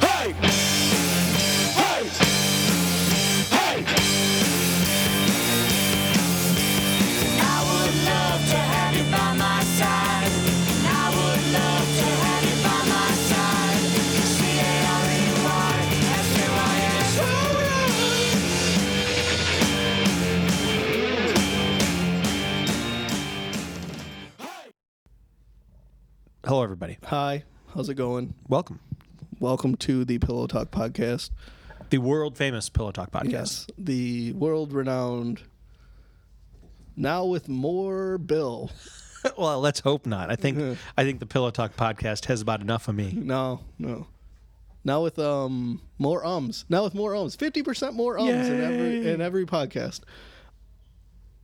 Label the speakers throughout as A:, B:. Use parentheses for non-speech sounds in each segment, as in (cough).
A: Hey! Hey! Hey! I would love to have you by my side. And I would love to have you by my side. C-A-R-E-Y, S-U-I-S.
B: Hello, everybody.
C: Hi, how's it going?
B: Welcome.
C: Welcome to the Pillow Talk podcast.
B: The world famous Pillow Talk podcast.
C: the world renowned. Now with more Bill.
B: (laughs) well, let's hope not. I think (laughs) I think the Pillow Talk podcast has about enough of me.
C: No, no. Now with um more ums. Now with more ums. Fifty percent more ums in every in every podcast.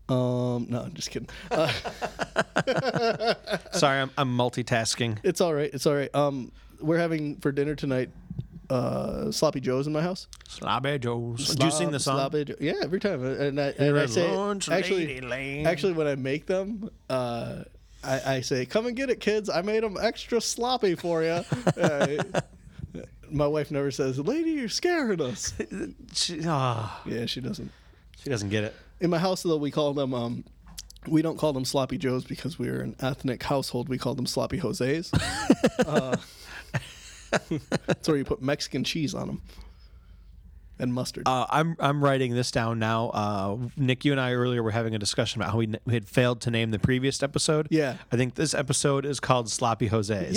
C: Um, no, I'm just kidding. Uh,
B: Sorry, I'm, I'm multitasking.
C: it's all right. It's all right. Um, we're having for dinner tonight. Uh, sloppy Joe's in my house.
B: Slobby Joe's. Do you sing the song?
C: Sloppy Joe- Yeah, every time. And I, and I
B: at
C: say
B: lunch,
C: actually,
B: Lady Lane.
C: actually when I make them, uh, I, I say, "Come and get it, kids! I made them extra sloppy for you."
B: (laughs)
C: my wife never says, "Lady, you're scaring us."
B: She, ah,
C: yeah, she doesn't.
B: she doesn't get it.
C: In my house, though, we call them. Um, we don't call them sloppy joes because we're an ethnic household. We call them
B: (laughs)
C: sloppy jose's. uh, that's where you put Mexican cheese on them and mustard.
B: Uh, I'm I'm writing this down now. Uh, Nick, you and I earlier were having a discussion about how we, n- we had failed to name the previous episode.
C: Yeah.
B: I think this episode is called Sloppy Jose's.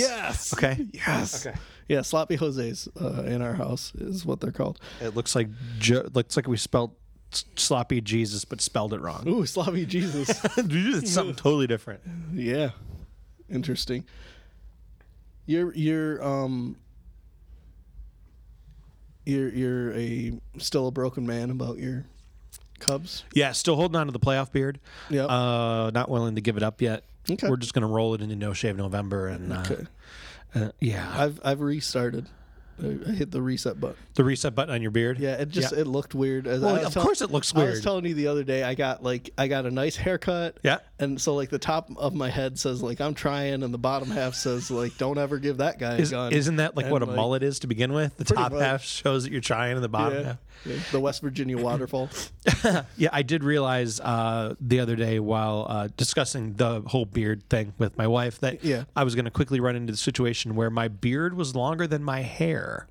B: (laughs)
C: Yes.
B: Okay.
C: Yes.
B: Okay.
C: Yeah, sloppy Jose's uh, in our house is what they're called.
B: It looks like jo- looks like we spelled s- sloppy Jesus, but spelled it (laughs) wrong.
C: Ooh,
B: (laughs)
C: sloppy Jesus.
B: it's something totally different.
C: yeah, interesting. You're you're um you're you're a still a broken man about your Cubs.
B: Yeah, still holding on to the playoff beard.
C: Yep.
B: Uh, not willing to give it up yet.
C: Okay.
B: We're just gonna roll it into No Shave November, and uh,
C: Okay.
B: uh, yeah,
C: I've I've restarted. I, I hit the reset button.
B: the reset button on your beard.
C: Yeah, it just it looked weird. As
B: Well,
C: I was
B: of course it looks
C: I was
B: weird.
C: telling you the other day, I got like I got a nice haircut.
B: Yeah.
C: and so like the top of my head says like I'm trying, and the bottom half says like Don't ever give that guy
B: Is,
C: a gun.
B: isn't that like
C: And,
B: what a
C: like,
B: mullet is to begin with? The
C: Pretty
B: top
C: much.
B: half shows that you're trying, and the bottom
C: Yeah.
B: half.
C: Yeah, The West Virginia
B: (clears throat)
C: waterfall.
B: Yeah, I did realize uh, the other day while uh, discussing the whole beard thing with my wife that
C: Yeah.
B: I was going to quickly run into the situation where my beard was longer than my hair.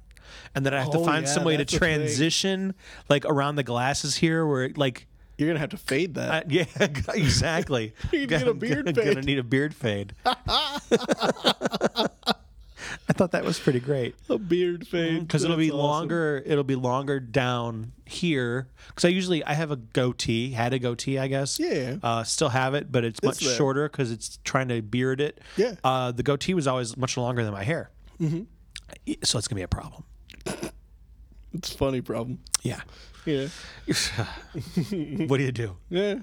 B: And that I have to
C: Oh,
B: find
C: yeah,
B: some way to
C: that's a thing.
B: transition, like around the glasses here, where it, like
C: You're gonna have to fade that.
B: Uh, (laughs) yeah, exactly.
C: (laughs) You need a
B: Gonna-
C: beard
B: gonna-
C: fade.
B: Gonna need a beard
C: (laughs)
B: fade. I thought that was pretty
C: (laughs)
B: great
C: a beard fade
B: because it'll be
C: That's awesome.
B: longer. It'll be longer down here because I usually I have a goatee, had a goatee, I guess.
C: Yeah.
B: Uh, still have it, but it's much
C: there.
B: shorter because it's trying to beard it.
C: Yeah.
B: Uh, the goatee was always much longer than my hair, mm-hmm. so it's gonna be a problem.
C: It's a funny problem.
B: Yeah.
C: Yeah, Mm-hmm.
B: what do you do? (laughs)
C: yeah.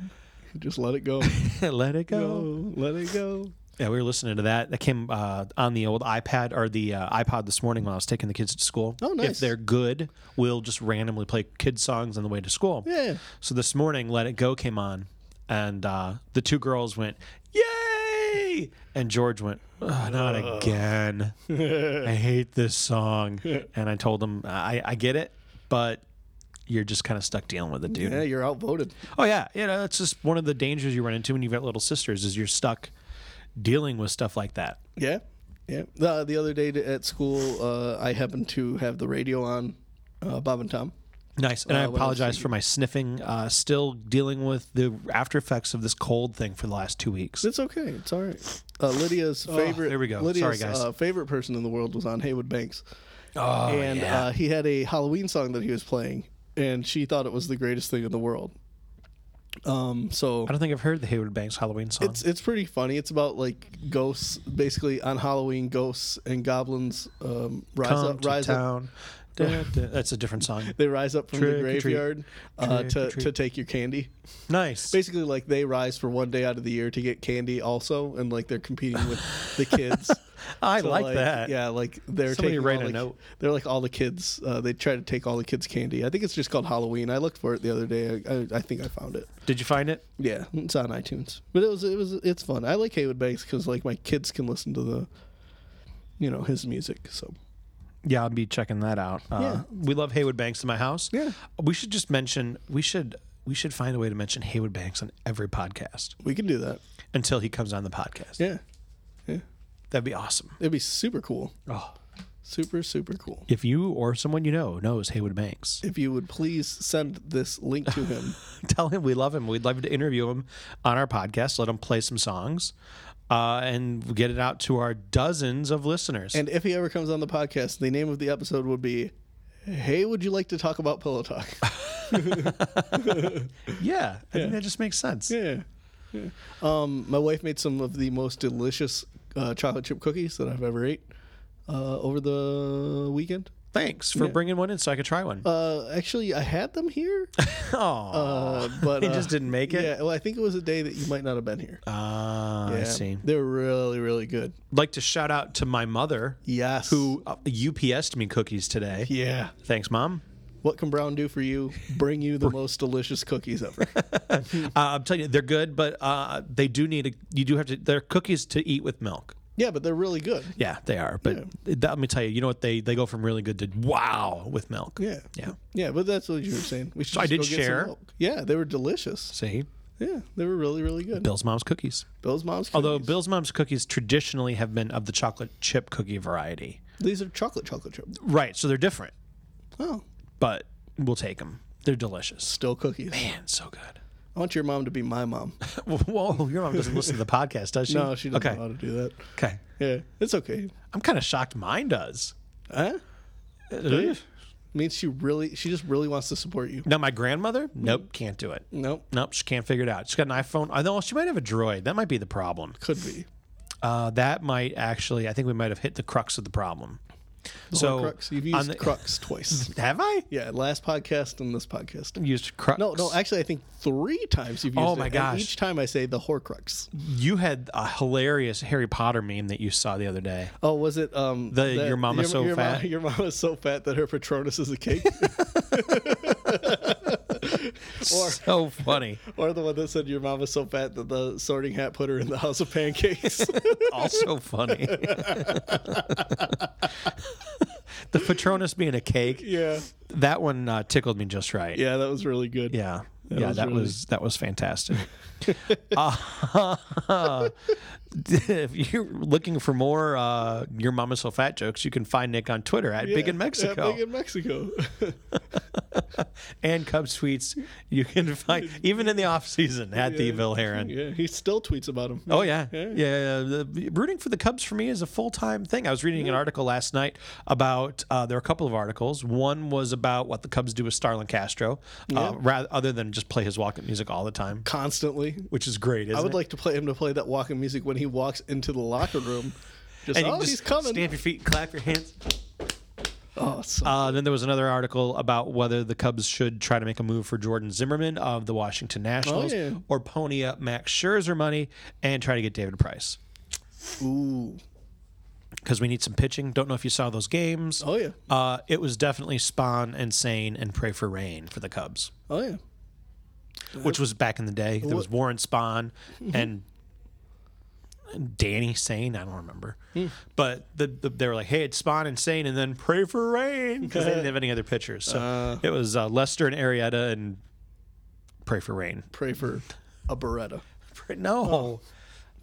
C: Just let it go.
B: Let it go.
C: Go, let it go.
B: Yeah, we were listening to that. That came uh, on the old iPad or the uh, iPod this morning when I was taking the kids to school.
C: Oh, nice.
B: If they're good, we'll just randomly play kids songs on the way to school.
C: Yeah.
B: So this morning, "Let It Go" came on, and uh, the two girls went, "Yay!" and George went, "Ugh, "Not
C: (laughs)
B: again! I hate this song." And I told him, "I, I get it, but." You're just kind of stuck dealing with it, dude.
C: Yeah, you're outvoted.
B: Oh yeah, you know that's just one of the dangers you run into when you've got little sisters is you're stuck dealing with stuff like that.
C: Yeah, yeah. The, the other day at school, uh, I happened to have the radio on, uh, Bob and Tom.
B: Nice, and I
C: Uh, what else
B: apologize
C: did
B: for my sniffing. Uh, still dealing with the after effects of this cold thing for the last two weeks.
C: It's okay. It's all right. Uh, Lydia's
B: Oh,
C: favorite.
B: there we go.
C: Lydia's
B: Sorry, guys. Oh,
C: Uh, favorite person in the world was on Haywood Banks, and uh, he had a Halloween song that he was playing, and she thought it was the greatest thing in the world. Um, so
B: I don't think I've heard the Hayward Banks Halloween song.
C: it's it's pretty funny. It's about like ghosts, basically on Halloween, ghosts and goblins um, rise
B: Come
C: up,
B: to
C: rise up. (laughs)
B: town. Da, da. That's a different song.
C: They rise up from
B: Trick
C: the
B: or treat.
C: graveyard uh,
B: Trick or
C: to,
B: treat.
C: to take your candy.
B: Nice.
C: basically like they rise for one day out of the year to get candy also and like they're competing with the kids
B: (laughs) I
C: So,
B: like, that.
C: Yeah, like they're
B: Somebody
C: taking
B: write
C: all
B: a
C: the-
B: note.
C: They're like all the kids. Uh, they try to take all the kids' candy. I think it's just called Halloween. I looked for it the other day. I, I, I think I found it.
B: Did you find it?
C: Yeah, it's on iTunes. But it was it was it's fun. I like Haywood Banks because like my kids can listen to the, you know, his music. So
B: Yeah, I'll be checking that out. Uh,
C: Yeah.
B: We love Haywood Banks in my house.
C: Yeah.
B: We should just mention we should we should find a way to mention Haywood Banks on every podcast
C: we can do that.
B: until he comes on the podcast.
C: Yeah,
B: That'd be awesome.
C: it'd be super cool.
B: Oh.
C: Super super cool.
B: If you or someone you know knows Haywood Banks, (laughs)
C: If you would please send this link to him.
B: tell him we love him. We'd love to interview him on our podcast. Let him play some songs, uh, and get it out to our dozens of listeners.
C: and if he ever comes on the podcast, the name of the episode would be. Hey, would you like to talk about
B: (laughs)
C: Pillow Talk?
B: yeah, I think that just makes sense.
C: yeah. yeah. Um, my wife made some of the most delicious uh, chocolate chip cookies that I've ever ate uh, over the weekend.
B: Thanks for
C: Yeah.
B: bringing one in so I could try one.
C: Uh, actually, I had them here,
B: oh, (laughs)
C: uh, but
B: They
C: uh,
B: just didn't make it? Ah, Uh,
C: Yeah, well, I think it was a day that you might not have been here.
B: I
C: Yeah,
B: see.
C: They're really, really good.
B: Like to shout out to my mother
C: Yes.
B: who uh, UPS'd me cookies today.
C: Yeah.
B: Thanks, mom.
C: What can Brown do for you? Bring you the most delicious cookies ever. (laughs)
B: Uh, I'm telling you, they're good, but uh, they do need a. You do have to. They're cookies to eat with milk.
C: yeah, but they're really good.
B: Yeah, they are. But that, let me tell you, you know what? They they go from really good to wow with milk.
C: Yeah.
B: Yeah.
C: Yeah, but that's what you were saying. We should
B: I
C: just
B: did
C: go get some
B: share.
C: milk. Yeah, they were delicious.
B: See,
C: Yeah, they were really, really good.
B: Bill's mom's cookies.
C: Bill's mom's. Cookies.
B: Although Bill's mom's cookies traditionally have been of the chocolate chip cookie variety.
C: these are chocolate chocolate chip.
B: Right. So they're different,
C: Oh,
B: but we'll take them. They're delicious.
C: still cookies.
B: Man, so good. (laughs)
C: I want your mom to be my mom.
B: Whoa, your mom doesn't listen to the podcast, does she?
C: No, she doesn't
B: Okay.
C: know how to do that.
B: Okay.
C: Yeah, it's okay.
B: I'm kind of shocked mine does.
C: Huh?
B: Ugh.
C: means she really she just really wants to support you.
B: Now, my grandmother, nope,
C: Mm.
B: can't do it.
C: Nope.
B: Nope, she can't figure it out. She's got an iPhone. I know she might have a droid. That might be the problem.
C: Could be.
B: Uh, that might actually, I think we might have hit the crux of the problem. so,
C: crux. You've
B: on
C: used
B: the-
C: crux
B: (laughs)
C: twice.
B: have I
C: Yeah, last podcast and this podcast.
B: used crux?
C: No, no, actually I think three times you've used
B: Oh
C: it.
B: my
C: and
B: gosh.
C: each time I say the horcrux.
B: You had a hilarious Harry Potter meme that you saw the other day.
C: Oh, was it um
B: The your mama's so
C: your
B: fat?
C: Mom, your mama's so fat that her patronus is
B: (laughs)
C: a cake? (laughs) or
B: So funny.
C: or the one that said your mama's so fat that the sorting hat put her in the house of
B: (laughs)
C: pancakes.
B: also
C: (laughs)
B: funny. the Patronus being a cake.
C: yeah.
B: That one uh, tickled me just right.
C: Yeah, that was really good.
B: Yeah. yeah,
C: was
B: that
C: really-
B: was that was
C: (laughs)
B: fantastic. (laughs) Uh, if you're looking for more uh, your mama so fat jokes, you can find Nick on Twitter at Big in
C: Yeah,
B: Mexico
C: Big in Mexico. (laughs)
B: and Cub Sweets. You
C: (laughs)
B: can find even in the off season at the Bill Heron.
C: yeah, he still tweets about him.
B: Oh yeah, yeah. yeah, The, rooting for the Cubs for me is a full time thing. I was reading an article last night about uh, there are a couple of articles. One was about what the Cubs do with Starlin Castro, uh, rather other than just play his walk-up music all the time,
C: constantly.
B: which is great. Isn't
C: I would
B: it?
C: like to play him to play that walking music when he walks into the
B: (laughs)
C: locker room. Just
B: you
C: oh,
B: just
C: he's coming.
B: Stamp your feet, clap your hands.
C: oh, so-
B: Uh, then there was another article about whether the Cubs should try to make a move for Jordan Zimmerman of the Washington Nationals,
C: Oh, yeah.
B: or pony up Max Scherzer money and try to get David Price
C: ooh.
B: because we need some pitching. Don't know if you saw those games.
C: Oh yeah.
B: Uh, it was definitely Spawn and Sane and Pray for Rain for the Cubs,
C: Oh yeah.
B: which was back in the day. There was
C: What-
B: Warren Spawn and Danny Sane. I don't remember, but the, the, they were like, "Hey, it's Spawn and Sane, and then Pray for Rain," because they didn't have any other pitchers. So it was uh, Lester and Arietta and Pray for Rain. (laughs)
C: Pray for a Beretta.
B: Pray- No,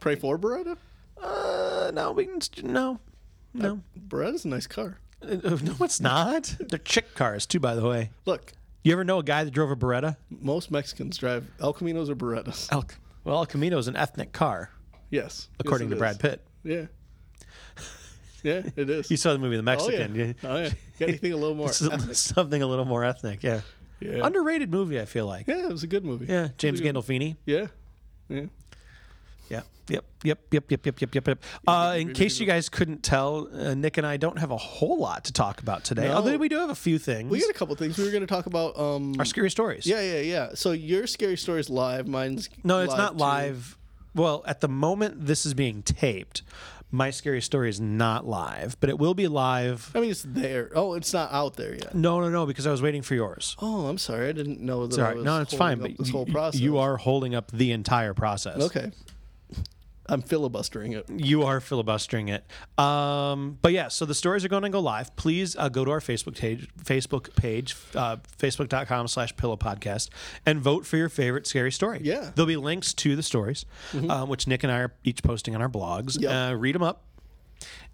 C: Pray for Beretta?
B: uh, no, we can no, no,
C: Beretta's a nice car.
B: Uh, (laughs) no. It's not. They're chick cars too, by the way.
C: Look,
B: You ever know a guy that drove a Beretta?
C: most Mexicans drive El Caminos or Berettas.
B: El, well, El Camino is an ethnic car,
C: Yes.
B: according to Brad Pitt.
C: Pitt. Yeah. Yeah,
B: (laughs)
C: it is.
B: You saw the movie The
C: oh yeah.
B: Mexican. yeah.
C: Oh yeah. Got anything
B: (laughs)
C: a little more?
B: It's a- Something a little more ethnic, yeah.
C: Yeah.
B: Underrated movie, I feel like. Yeah,
C: yeah, it was a good movie.
B: James Gandolfini.
C: Yeah. Yeah.
B: Yeah. Yep. Yep. Yep. Yep. Yep. Yep. Yep. Yep. Uh, in case you guys couldn't tell, uh, Nick and I don't have a whole lot to talk about today.
C: No.
B: Although we do have a few things.
C: We got a couple things we were going to talk about. Um,
B: Our scary stories.
C: Yeah, yeah, yeah. So your scary story's live. Mine's
B: No, it's not
C: too.
B: live. Well, at the moment this is being taped, My Scary Story is not live, but it will be live.
C: I mean, it's there. Oh, it's not out there yet.
B: No, no, no, because I was waiting for yours.
C: Oh, I'm sorry. I didn't know that.
B: It's all
C: I
B: right.
C: was
B: No, it's fine.
C: holding
B: But
C: up this
B: you-
C: whole
B: you-
C: process.
B: you are holding up the entire process.
C: okay. I'm filibustering it.
B: you are filibustering it. Um, but yeah, so the stories are going to go live. Please uh, go to our Facebook page, Facebook page, uh, facebook.com slash pillow podcast and vote for your favorite scary story.
C: Yeah. Mm-hmm.
B: There'll be links to the stories, uh, which Nick and I are each posting on our blogs.
C: Yep.
B: Uh, read them up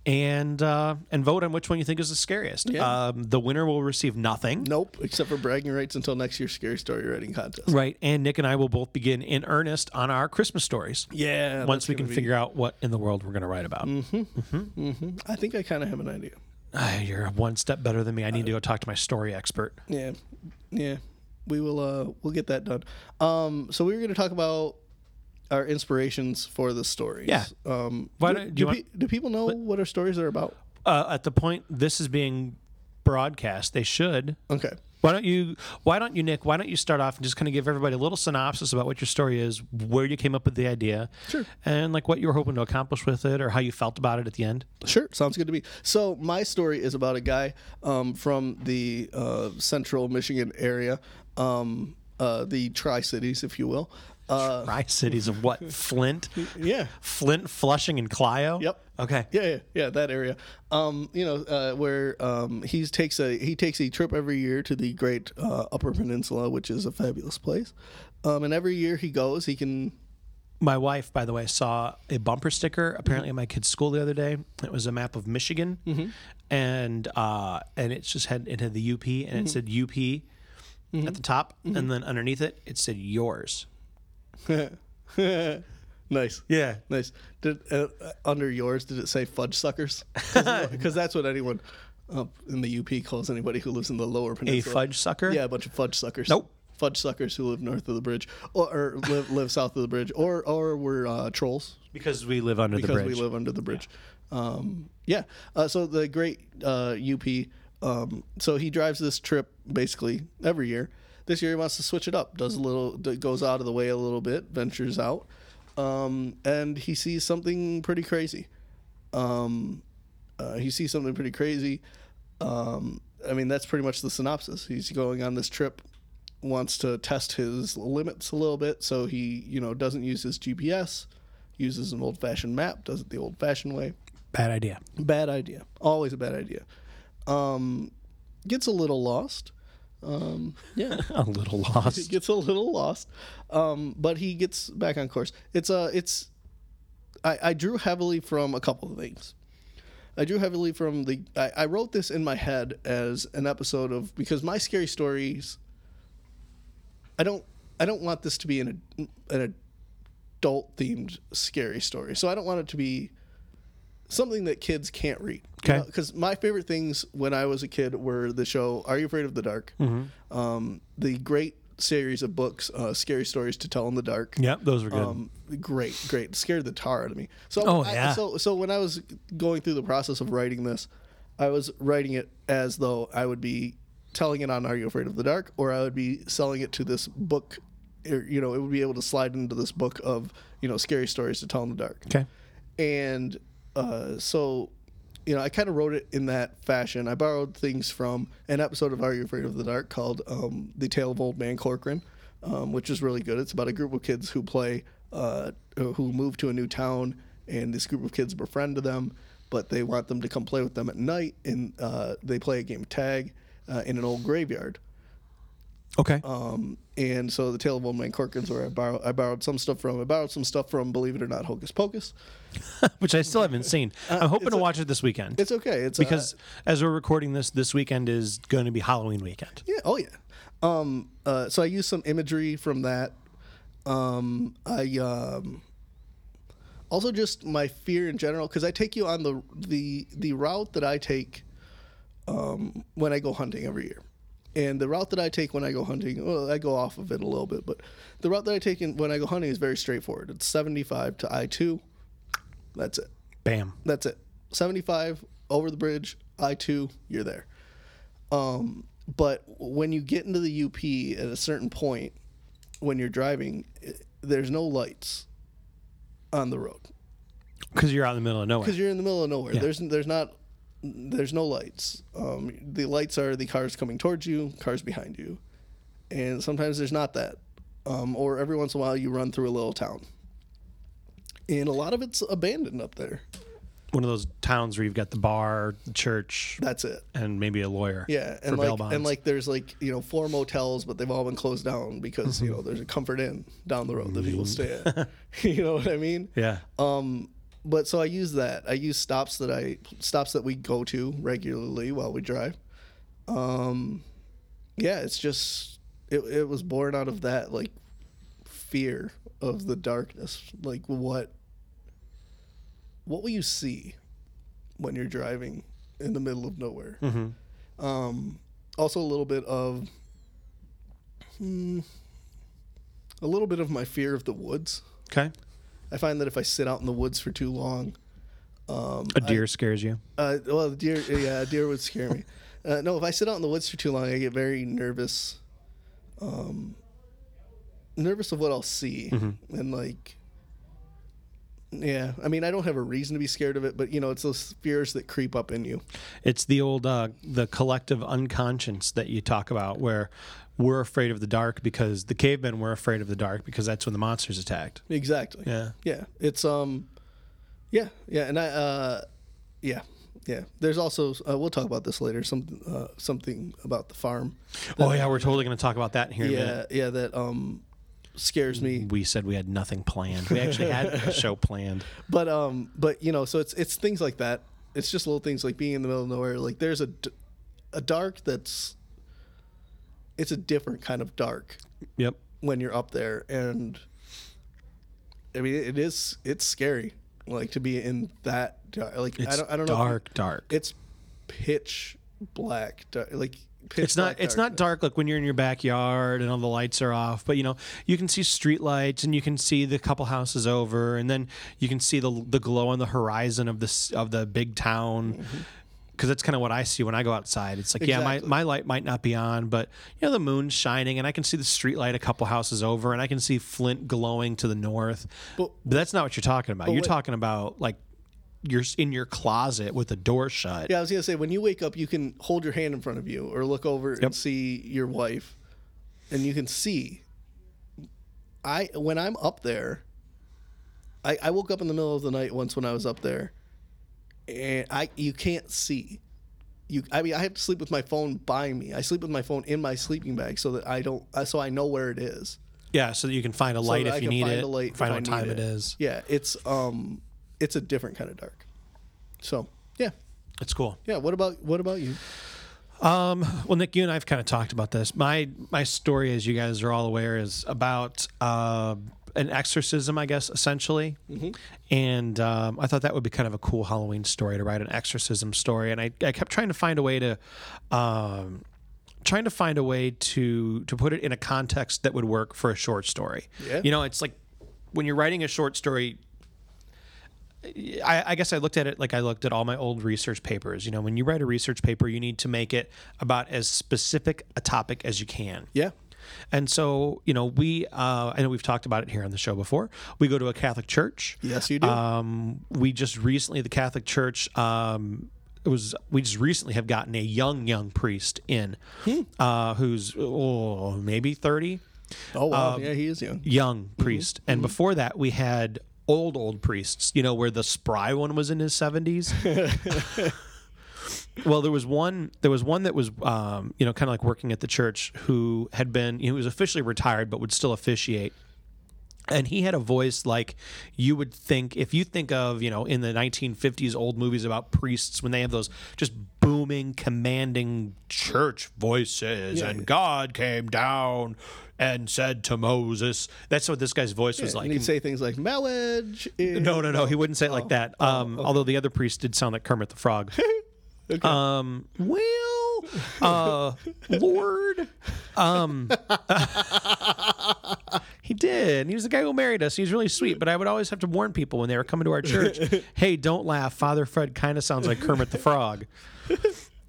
B: and, uh, and vote on which one you think is the scariest.
C: Yeah.
B: Um, the winner will receive nothing.
C: Nope, except for bragging rights until next year's scary story writing contest.
B: Right. And Nick and I will both begin in earnest on our Christmas stories.
C: Yeah.
B: Once
C: that's
B: we can
C: gonna be-
B: figure out what in the world we're going to write about.
C: I think I kind of have an idea.
B: Ah, you're one step better than me. I need to go talk to my story expert.
C: Yeah, yeah. We will. Uh, we'll get that done. Um, so we were going to talk about our inspirations for the stories.
B: Yeah.
C: Um,
B: Why
C: do,
B: don't- do
C: do
B: you
C: pe- do people know what our stories are about?
B: Uh, at the point this is being broadcast, they should.
C: Okay.
B: Why don't you? Why don't you, Nick? Why don't you start off and just kind of give everybody a little synopsis about what your story is, where you came up with the idea,
C: Sure.
B: and like what you were hoping to accomplish with it, or how you felt about it at the end.
C: Sure, sounds good to me. So my story is about a guy um, from the uh, central Michigan area, um, uh, the Tri Cities, if you will. Uh,
B: Tri cities of
C: (laughs)
B: what? Flint,
C: yeah.
B: Flint, Flushing, and Clio.
C: Yep.
B: Okay.
C: Yeah, yeah, yeah, that area. Um, you know, uh, where um, he takes a he takes a trip every year to the Great uh, Upper Peninsula, which is a fabulous place. Um, and every year he goes, he can.
B: My wife, by the way, saw a bumper sticker apparently at
C: Mm-hmm.
B: my kid's school the other day. It was a map of Michigan, and uh, and it just had it had the UP and
C: Mm-hmm.
B: it said UP at the top, and then underneath it it said yours.
C: Nice.
B: Yeah,
C: Nice. Did uh, uh, under yours? Did it say
B: (laughs)
C: fudge suckers? Because that's what anyone up in the UP calls anybody who lives in the lower
B: a
C: peninsula.
B: fudge sucker.
C: Yeah, a bunch of fudge suckers.
B: Nope.
C: Fudge suckers who live north of the bridge, or, or live live south of the bridge, or or were uh, trolls
B: because we live under the
C: because
B: bridge.
C: we live under the bridge. Yeah. Um, yeah. Uh, so the great uh, UP. Um, so he drives this trip basically every year. This year he wants to switch it up. Does a little. d- Goes out of the way a little bit. Ventures out. Um, and he sees something pretty crazy. Um, uh, he sees something pretty crazy. Um, I mean, that's pretty much the synopsis. He's going on this trip, wants to test his limits a little bit, so he, you know, doesn't use his GPS, uses an old fashioned map, does it the old fashioned way.
B: Bad idea.
C: Bad idea. Always a bad idea. Um, gets a little lost. Um, yeah.
B: A little
C: It
B: lost.
C: gets a little lost, um, but he gets back on course. It's uh, it's. I, I drew heavily from a couple of things. I drew heavily from the. I, I wrote this in my head as an episode of because my scary stories. I don't. I don't want this to be an an adult themed scary story. So I don't want it to be something that kids can't read.
B: Okay.
C: Because my favorite things when I was a kid were the show Are You Afraid of the Dark?
B: Hmm.
C: Um, the great series of books, uh, Scary Stories to Tell in the Dark.
B: Yep, those were good.
C: Um, great, great. Scared the tar out of me. So,
B: Oh,
C: I-
B: yeah.
C: so, so when I was going through the process of writing this, I was writing it as though I would be telling it on Are You Afraid of the Dark, or I would be selling it to this book. Or, you know, it would be able to slide into this book of you know scary stories to tell in the dark
B: okay.
C: and uh, so you know i kind of wrote it in that fashion i borrowed things from an episode of are you afraid of the dark called um, the tale of old man corcoran um, which is really good it's about a group of kids who play uh, who move to a new town and this group of kids befriend them but they want them to come play with them at night and uh, they play a game of tag uh, in an old graveyard
B: Okay.
C: uh, and so the tale of old man corcoran's where i borrowed i borrowed some stuff from i borrowed some stuff from believe it or not hocus pocus
B: Which I still haven't seen. I'm hoping to watch it this weekend.
C: uh, it's okay it's uh,
B: because as we're recording this, this weekend is going to be Halloween weekend.
C: Yeah. Oh yeah. Um. Uh. So I used some imagery from that. Um. I um. Also, just my fear in general, because I take you on the the the route that I take. Um. When I go hunting every year. And the route that I take when I go hunting, well, I go off of it a little bit, but the route that I take in, when I go hunting is very straightforward. It's 75 to I 2. That's it.
B: Bam.
C: That's it. 75 over the bridge, I 2, you're there. Um, but when you get into the UP at a certain point, when you're driving, i- there's no lights on the road.
B: because you're out in the middle of nowhere.
C: because you're in the middle of nowhere. There's there's not there's no lights. Um, the lights are the cars coming towards you, cars behind you, and sometimes there's not that. Um, or every once in a while you run through a little town, and a lot of it's abandoned up there.
B: One of those towns where you've got the bar, the church,
C: That's it.
B: and maybe a lawyer.
C: (laughs) Yeah,
B: for
C: and
B: bail
C: like
B: bonds.
C: and like there's like you know four motels, but they've all been closed down because you know there's a Comfort Inn down the road that people stay at. (laughs) you know what I mean?
B: yeah,
C: but so I use that. I use stops that I stops that we go to regularly while we drive. Um, yeah, it's just it, it was born out of that like fear of the darkness. Like what what will you see when you're driving in the middle of nowhere? Um, also a little bit of hmm, a little bit of my fear of the woods.
B: okay.
C: I find that if I sit out in the woods for too long,
B: A deer scares you.
C: uh, well, deer, yeah, deer would scare me. Uh, no, if I sit out in the woods for too long, I get very nervous. Um, nervous of what I'll see, and like, yeah. I mean, I don't have a reason to be scared of it, but you know, it's those fears that creep up in you.
B: It's the old uh, the collective unconscious that you talk about, where we're afraid of the dark because the cavemen were afraid of the dark because that's when the monsters attacked.
C: Exactly.
B: Yeah.
C: Yeah. It's um, yeah, yeah, and I uh, yeah, yeah. There's also uh, we'll talk about this later. Some uh, something about the farm.
B: Oh yeah, we're totally going to talk about that here in a minute.
C: Yeah, yeah. That um scares me.
B: We said we had nothing planned. We actually had
C: (laughs)
B: a show planned.
C: but um but you know so it's it's things like that it's just little things like being in the middle of nowhere like there's a d- a dark that's it's a different kind of dark
B: Yep.
C: when you're up there and i mean it is it's scary like to be in that dark like
B: It's
C: i don't i don't know if you-
B: dark, dark.
C: it's pitch black dark, like pitch
B: it's not
C: black
B: it's not
C: darkness.
B: dark like when you're in your backyard and all the lights are off but you know you can see street lights and you can see the couple houses over and then you can see the the glow on the horizon of this of the big town Cause that's kind of what I see when I go outside. It's like, yeah,
C: Exactly.
B: my, my light might not be on, but you know the moon's shining, and I can see the street light a couple houses over, and I can see Flint glowing to the north. But, that's not what you're talking about. You're
C: what-
B: talking about like you're s- in your closet with the door shut.
C: Yeah, I was gonna say when you wake up, you can hold your hand in front of you or look over and see your wife, and you can see. I when I'm up there, I, I woke up in the middle of the night once when I was up there, and I you can't see. You, I mean, I have to sleep with my phone by me. I sleep with my phone in my sleeping bag so that I don't, uh, so I know where it is.
B: Yeah, so that you can find a
C: So
B: light
C: that
B: if
C: I
B: you
C: can
B: need
C: find
B: it.
C: a
B: find
C: light if I
B: out what
C: need
B: time it is.
C: Yeah, it's um, it's a different kind of dark. So yeah,
B: It's cool.
C: yeah. What about what about you?
B: Well, Nick, you and I've kind of talked about this. My my story, as you guys are all aware, is about uh, an exorcism, I guess, essentially.
C: Mm-hmm.
B: And um, I thought that would be kind of a cool Halloween story to write an exorcism story. And I, I kept trying to find a way to. Um, trying to find a way to to put it in a context that would work for a short story
C: Yeah.
B: you know it's like when you're writing a short story I, I guess I looked at it like I looked at all my old research papers. You know, when you write a research paper, you need to make it about as specific a topic as you can.
C: Yeah,
B: And so, you know, we, uh, I know we've talked about it here on the show before. We go to a Catholic church.
C: yes, you do.
B: Um, we just recently, the Catholic Church, um, it was we just recently have gotten a young, young priest in, uh, who's oh maybe thirty,
C: Oh wow,
B: um,
C: yeah, he is young.
B: young priest. And before that, we had old, old priests, you know, where the spry one was in his 70s. well, there was one, there was one that was, um, you know, kind of like working at the church who had been, he was officially retired, but would still officiate. And he had a voice like you would think if you think of, you know, in the 1950s old movies about priests when they have those just booming, commanding church voices and God came down and said to Moses. That's what this guy's voice was like.
C: and he'd say things like "Mellage."
B: (laughs)
C: is-"
B: No, no, no. He wouldn't say it like that. Um, Although the other priest did sound like Kermit the Frog. Um, well, uh, Lord, um, he did. He was the guy who married us. He was really sweet. But I would always have to warn people when they were coming to our
C: (laughs)
B: church. hey, don't laugh.
C: (laughs)
B: Father Fred kind of sounds like Kermit the Frog.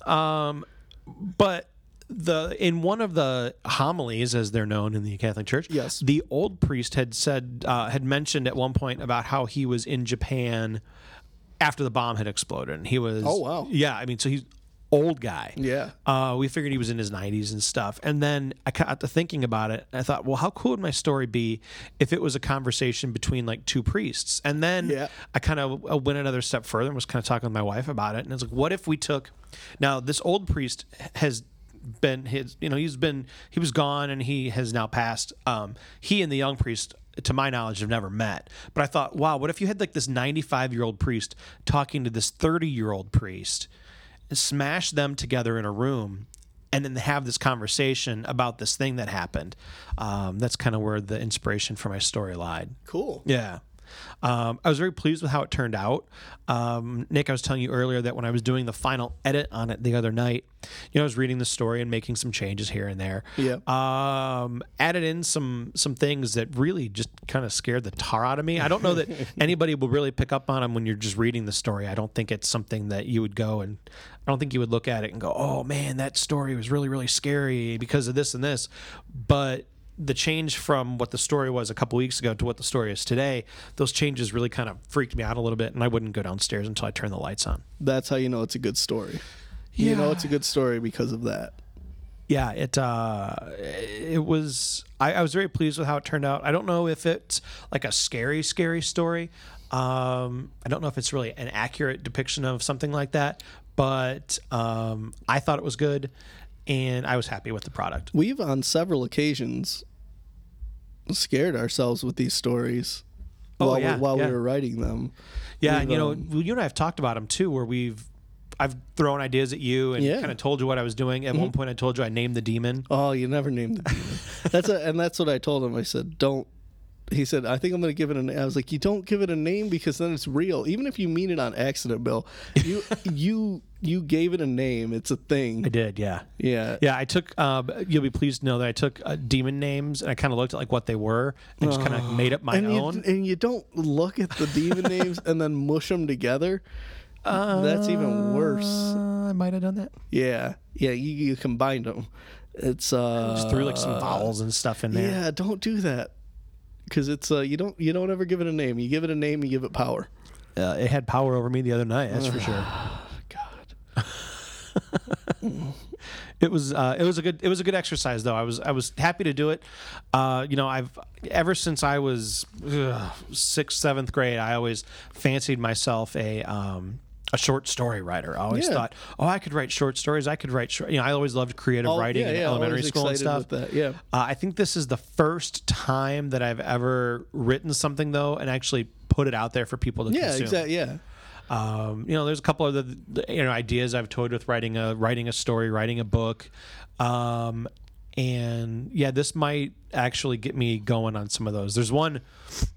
B: Um, but the in one of the homilies, as they're known in the Catholic Church,
C: Yes.
B: the old priest had said uh, had mentioned at one point about how he was in Japan after the bomb had exploded, and he was
C: Oh, wow.
B: yeah, I mean, so he's old guy,
C: Yeah.
B: uh, we figured he was in his 90s and stuff. And then I got to thinking about it. I thought, well, how cool would my story be if it was a conversation between like two priests? And then
C: Yeah.
B: I kind of went another step further and was kind of talking with my wife about it. And it's like, what if we took now this old priest has been his, you know, he's been, he was gone and he has now passed. Um, he and the young priest, to my knowledge, have never met. But I thought, wow, what if you had like this 95 year old priest talking to this 30 year old priest? smash them together in a room and then have this conversation about this thing that happened. Um, that's kind of where the inspiration for my story lied.
C: Cool.
B: Yeah. Um, I was very pleased with how it turned out. Um, Nick, I was telling you earlier that when I was doing the final edit on it the other night, you know, I was reading the story and making some changes here and there.
C: Yeah.
B: Um, added in some some things that really just kind of scared the tar out of me. I don't know that anybody will really pick up on them when you're just reading the story. I don't think it's something that you would go and I don't think you would look at it and go, "Oh man, that story was really really scary because of this and this." But the change from what the story was a couple weeks ago to what the story is today, those changes really kind of freaked me out a little bit, and I wouldn't go downstairs until I turned the lights on.
C: That's how you know it's a good story. You know it's a good story because of that.
B: yeah it uh it was I, I was very pleased with how it turned out i don't know if it's like a scary scary story um i don't know if it's really an accurate depiction of something like that but um i thought it was good and i was happy with the product
C: We've on several occasions scared ourselves with these stories
B: Oh,
C: while
B: yeah,
C: we, while
B: yeah.
C: we were writing them.
B: yeah
C: We've,
B: and you know
C: um,
B: well, you and i have talked about them too where we've i've thrown ideas at you and
C: Yeah. Mm-hmm.
B: kind of told you what i was doing at one point i told you i named the demon
C: Oh, you never named
B: (laughs)
C: it. that's a, and that's what I told him. I said, "Don't." He said, "I think I'm going to give it a." na-" I was like, "You don't give it a name because then it's real. Even if you mean it on accident, Bill,
B: (laughs)
C: you you you gave it a name. It's a thing.
B: i did yeah
C: Yeah.
B: Yeah, I took. Um, you'll be pleased to know that I took uh, demon names and I kind of looked at like what they were and just kind of made up my
C: Uh, and
B: own.
C: You, and you don't look at the demon names and then mush them together. That's even worse.
B: I might have done that.
C: Yeah, yeah. You, you combined them. It's uh,
B: Just threw like some vowels and stuff in there.
C: yeah. Don't do that because it's uh, you don't you don't ever give it a name. You give it a name, you give it power.
B: Uh, it had power over me the other night. That's for
C: (sighs)
B: sure.
C: God.
B: It was uh, it was a good it was a good exercise though. I was I was happy to do it. Uh, you know I've ever since I was ugh, sixth seventh grade I always fancied myself a um, a short story writer. I always
C: Yeah.
B: thought oh I could write short stories. I could write short. You know I always loved creative
C: Oh,
B: writing
C: yeah,
B: in
C: yeah,
B: elementary
C: always
B: school and
C: excited
B: stuff.
C: with that, yeah.
B: Uh, I think this is the first time that I've ever written something though and actually put it out there for people to
C: Yeah.
B: consume.
C: Exactly. Yeah.
B: Um, you know, there's a couple of the, the, you know ideas I've toyed with writing a writing a story, writing a book, um, and yeah, this might actually get me going on some of those. There's one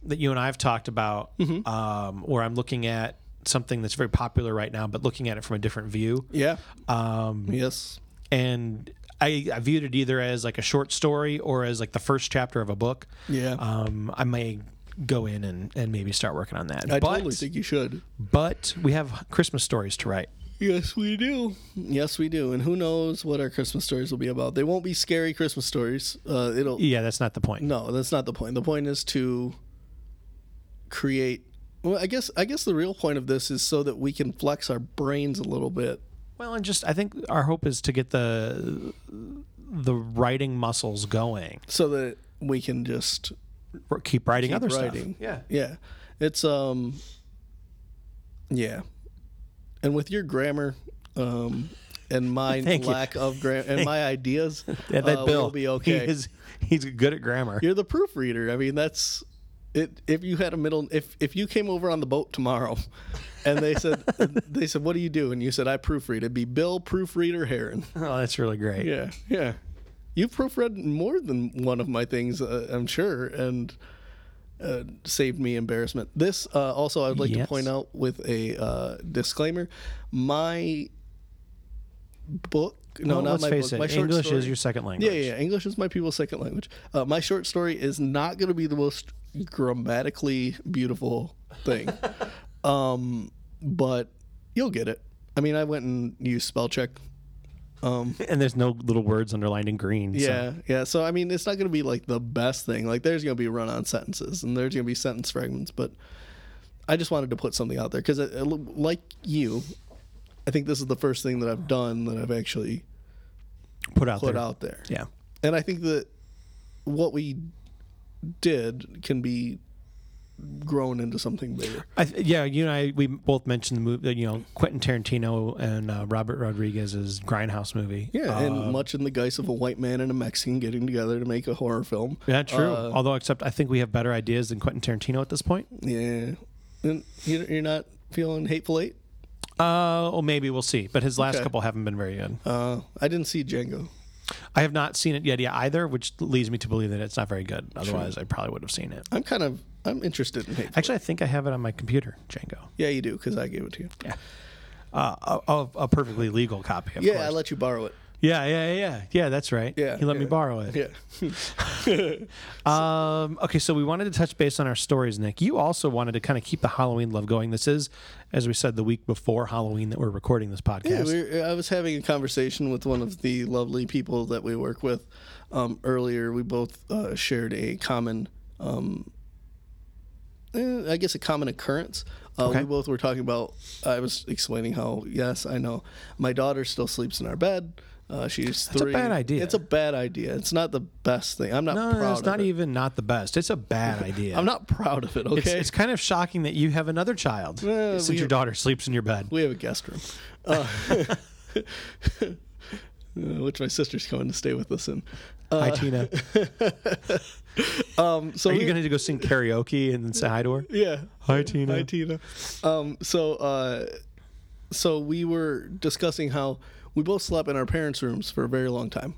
B: that you and I have talked about
C: Mm-hmm.
B: um, where I'm looking at something that's very popular right now, but looking at it from a different view
C: Yeah. Um. Yes.
B: and I, I viewed it either as like a short story or as like the first chapter of a book.
C: Yeah.
B: Um, I may go in and, and maybe start working on that.
C: I
B: but,
C: totally think you should.
B: but we have Christmas stories to write.
C: Yes, we do. Yes, we do. And who knows what our Christmas stories will be about? They won't be scary Christmas stories. Uh, it'll
B: Yeah, that's not the point.
C: No, that's not the point. The point is to create. Well, I guess I guess the real point of this is so that we can flex our brains a little bit.
B: Well, and just I think our hope is to get the the writing muscles going.
C: so that we can just
B: Or keep writing
C: keep
B: other stuff.
C: writing.
B: Yeah.
C: yeah. It's um, yeah, and with your grammar, um, and
B: (laughs)
C: my
B: Thank you.
C: lack of grammar
B: (laughs)
C: and my ideas,
B: Yeah, that
C: uh,
B: Bill
C: will be
B: He
C: okay.
B: is, he's good at grammar.
C: You're the proofreader. I mean, that's it. If you had a middle, if if you came over on the boat tomorrow, (laughs) and they said (laughs) they said, "What do you do?" and you said, "I proofread," it'd be Bill
B: (laughs)
C: Proofreader Heron.
B: oh, that's really great.
C: Yeah, yeah. You've proofread more than one of my things, uh, I'm sure, and uh, saved me embarrassment. This uh, also, I'd like
B: Yes.
C: to point out with a uh, disclaimer: my book, no,
B: Well,
C: not
B: let's
C: my
B: face
C: book,
B: it,
C: my short
B: English
C: story-
B: is your second language.
C: Yeah, yeah, yeah. English is my people's second language. Uh, my short story is not going to be the most grammatically beautiful thing, um, but you'll get it. I mean, I went and used spell check
B: and there's no little words underlined in green. so-
C: Yeah, yeah. So I mean, it's not going to be like the best thing. Like, there's going to be run-on sentences, and there's going to be sentence fragments. But I just wanted to put something out there because, like you, I think this is the first thing that I've done that I've actually
B: put out
C: put
B: there.
C: out there.
B: Yeah.
C: and I think that what we did can be grown into something bigger.
B: I th- yeah, you and I we both mentioned the movie. You know, Quentin Tarantino and uh, Robert Rodriguez's Grindhouse movie.
C: Yeah,
B: Uh,
C: and much in the guise of a white man and a Mexican getting together to make a horror film.
B: yeah, true.
C: Uh,
B: Although, except I think we have better ideas than Quentin Tarantino at this point.
C: yeah, and you- you're not feeling hateful eight.
B: Uh, oh, maybe we'll see. But his last
C: Okay.
B: couple haven't been very good.
C: Uh, I didn't see Django.
B: I have not seen it yet yeah, either, which leads me to believe that it's not very good. Otherwise, I probably would have seen it.
C: I'm kind of I'm interested in hateful.
B: Actually, I think I have it on my computer, Django.
C: yeah, you do because I gave it to you. Yeah,
B: Uh, a, a perfectly legal copy, of
C: I
B: course.
C: let you borrow it.
B: yeah, yeah, yeah. Yeah, that's right.
C: Yeah,
B: He let me
C: yeah.
B: borrow it.
C: Yeah,
B: Um, okay, so we wanted to touch base on our stories, Nick. You also wanted to kind of keep the Halloween love going. This is, as we said, the week before Halloween that we're recording this
C: Yeah,
B: podcast.
C: we were, I was having a conversation with one of the lovely people that we work with um, earlier. We both uh, shared a common, um, eh, I guess, a common occurrence. Uh,
B: Okay.
C: We both were talking about. I was explaining how yes, I know my daughter still sleeps in our bed. Uh, she's
B: a
C: three.
B: bad idea.
C: It's a bad idea. It's not the best thing. I'm not
B: no, no,
C: proud.
B: no, Uh, it's
C: of
B: not
C: it.
B: even not the best. It's a
C: (laughs)
B: bad idea.
C: I'm not proud of it. Okay.
B: It's, it's kind of shocking that you have another child
C: Well,
B: since
C: we-
B: your daughter sleeps in your bed.
C: (laughs) We have a guest room, (laughs)
B: (laughs)
C: uh, which my sister's coming to stay with us uh, in.
B: Hi,
C: (laughs)
B: Tina.
C: Um, so
B: Are you
C: we-
B: going to go sing karaoke and then say hi to her?
C: Yeah.
B: Hi, Tina.
C: Hi, Tina. Um, so, uh, so we were discussing how we both slept in our parents' rooms for a very long time.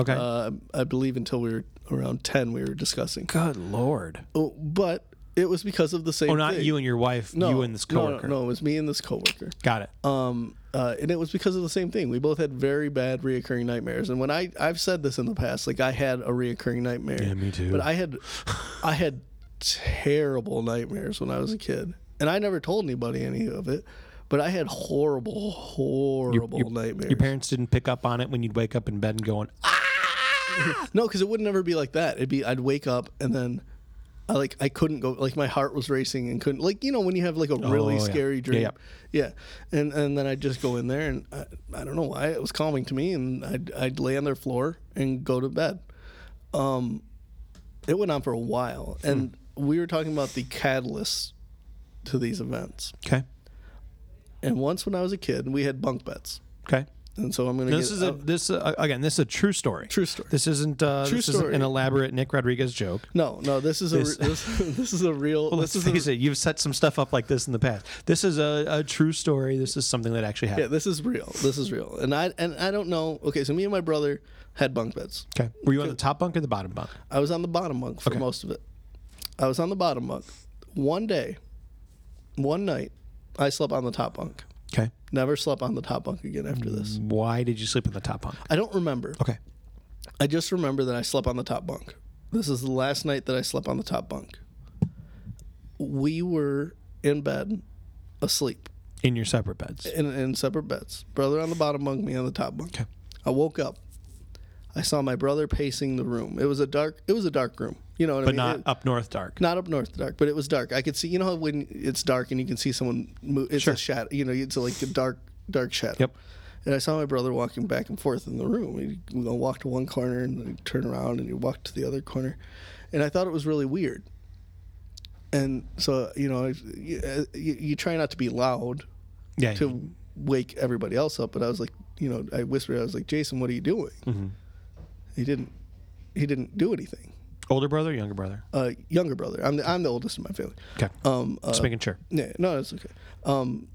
B: Okay.
C: Uh, I believe until we were around ten, we were discussing.
B: Good lord.
C: Oh, but it was because of the same.
B: Oh, not
C: thing.
B: you and your wife.
C: no,
B: you and this
C: no, no,
B: coworker.
C: No, it was me and this coworker.
B: Got it.
C: Um, uh, and it was because of the same thing. We both had very bad reoccurring nightmares. And when I I've said this in the past, like I had a reoccurring nightmare.
B: Yeah, me too.
C: But I had I had terrible nightmares when I was a kid, and I never told anybody any of it. But I had horrible, horrible
B: your,
C: nightmares.
B: your parents didn't pick up on it when you'd wake up in bed and "Ah, going,
C: No, because it would never be like that. It'd be I'd wake up and then I like I couldn't go like my heart was racing and couldn't like you know when you have like a really
B: Oh, yeah.
C: scary
B: Yeah,
C: dream.
B: yeah.
C: yeah. And and then I'd just go in there and I, I don't know why it was calming to me and I'd I'd lay on their floor and go to bed. Um it went on for a while
B: Hmm.
C: and we were talking about the catalysts to these events.
B: okay,
C: And once when I was a kid, we had bunk beds.
B: okay.
C: And so I'm going to
B: This is a this uh, again. This is a true story.
C: True story.
B: This isn't uh,
C: True
B: this isn't
C: story.
B: an elaborate Nick Rodriguez joke.
C: no, no, this is a this, this, (laughs) this is a
B: (laughs)
C: real
B: Well,
C: this
B: let's
C: is a
B: face it. You've set some stuff up like this in the past. This is a, a true story. This is something that actually
C: Yeah,
B: happened.
C: this is real. This is real. And I and I don't know. Okay, so me and my brother had bunk beds.
B: okay. Were you on the top bunk or the bottom bunk?
C: I was on the bottom bunk for
B: Okay.
C: most of it. I was on the bottom bunk. One day, one night, I slept on the top bunk.
B: Okay.
C: Never slept on the top bunk again after this.
B: Why did you sleep on the top bunk?
C: I don't remember.
B: Okay.
C: I just remember that I slept on the top bunk. This is the last night that I slept on the top bunk. We were in bed, asleep,
B: In your separate beds.
C: in, in separate beds. Brother on the bottom bunk, me on the top bunk.
B: Okay.
C: I woke up. I saw my brother pacing the room. It was a dark. It was a dark room. You know what I
B: But
C: mean?
B: not
C: It-
B: up north dark.
C: not up north dark, but it was dark. I could see. You know how when it's dark and you can see someone move. It's
B: Sure.
C: a shadow. You know, it's like a dark, dark shadow.
B: Yep.
C: And I saw my brother walking back and forth in the room. He you know, walked to one corner and then he'd turn around and he walked to the other corner, and I thought it was really weird. And so you know, I- you, uh, you, you try not to be loud
B: Yeah.
C: to wake everybody else up. But I was like, you know, I whispered, I was like, Jason, what are you doing?
B: Mm-hmm.
C: He didn't, he didn't do anything.
B: Older brother, younger brother.
C: Uh, younger brother, I'm the, I'm the oldest in my family.
B: Okay.
C: Um, uh,
B: Just making sure.
C: yeah, no, that's okay. Um,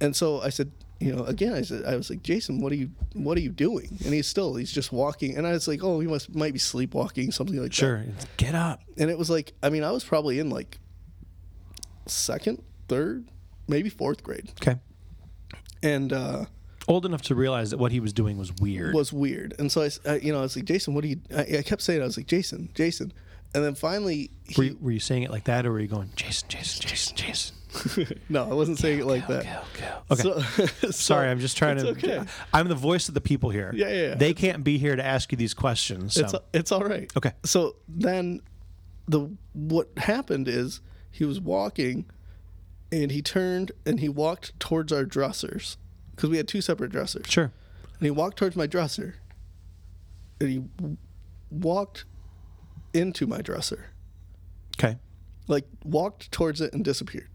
C: and so I said, you know, again, I said, I was like, Jason, what are you, what are you doing? And he's still, he's just walking. And I was like, oh, he must, might be sleepwalking, something like
B: Sure. Get up.
C: that. And it was like, I mean, I was probably in like second, third, maybe fourth grade,
B: Okay.
C: and uh,
B: Old enough to realize that what he was doing was weird.
C: was weird. And so I, s- I- you know, I was like, Jason, what do you? I, I kept saying, I was like, Jason, Jason, and then finally,
B: were,
C: he,
B: you, were you saying it like that, or were you going, Jason, Jason, Jason, Jason?
C: No, I wasn't saying it like that.
B: Okay.
C: (laughs) So-
B: Sorry, I'm just trying
C: it's
B: to.
C: okay.
B: I'm the voice of the people here.
C: Yeah, yeah, yeah.
B: They can't be here to ask you these questions. So.
C: It's it's all right.
B: Okay.
C: So then, the what happened is he was walking, and he turned and he walked towards our dressers because we had two separate dressers.
B: sure.
C: And he walked towards my dresser, and he w- walked into my dresser,
B: Okay.
C: like walked towards it and disappeared.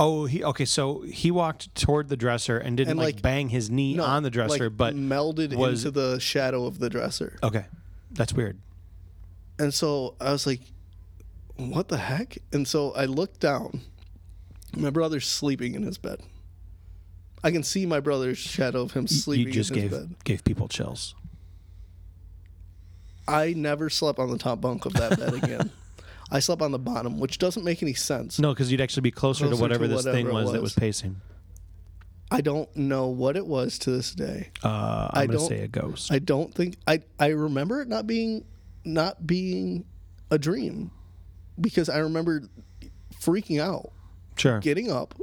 B: Oh, he okay. So he walked toward the dresser and didn't
C: And,
B: like,
C: like-
B: bang his knee
C: No,
B: on the dresser,
C: like,
B: but
C: melded
B: was-
C: into the shadow of the dresser.
B: okay, that's weird.
C: And so I was like, what the heck? And so I looked down. My brother's sleeping in his bed. I can see my brother's shadow of him sleeping
B: you just
C: in his
B: gave
C: bed.
B: gave people chills.
C: I never slept on the top bunk of that bed again.
B: (laughs)
C: I slept on the bottom, which doesn't make any sense.
B: No, because you'd actually be closer,
C: Closer
B: to
C: to
B: whatever this
C: whatever
B: thing
C: it
B: was, that was
C: was.
B: pacing.
C: I don't know what it was to this day.
B: Uh, I'm
C: I
B: gonna
C: don't-
B: say a ghost.
C: I don't think I I remember it not being not being a dream because I remember freaking out.
B: sure.
C: getting up,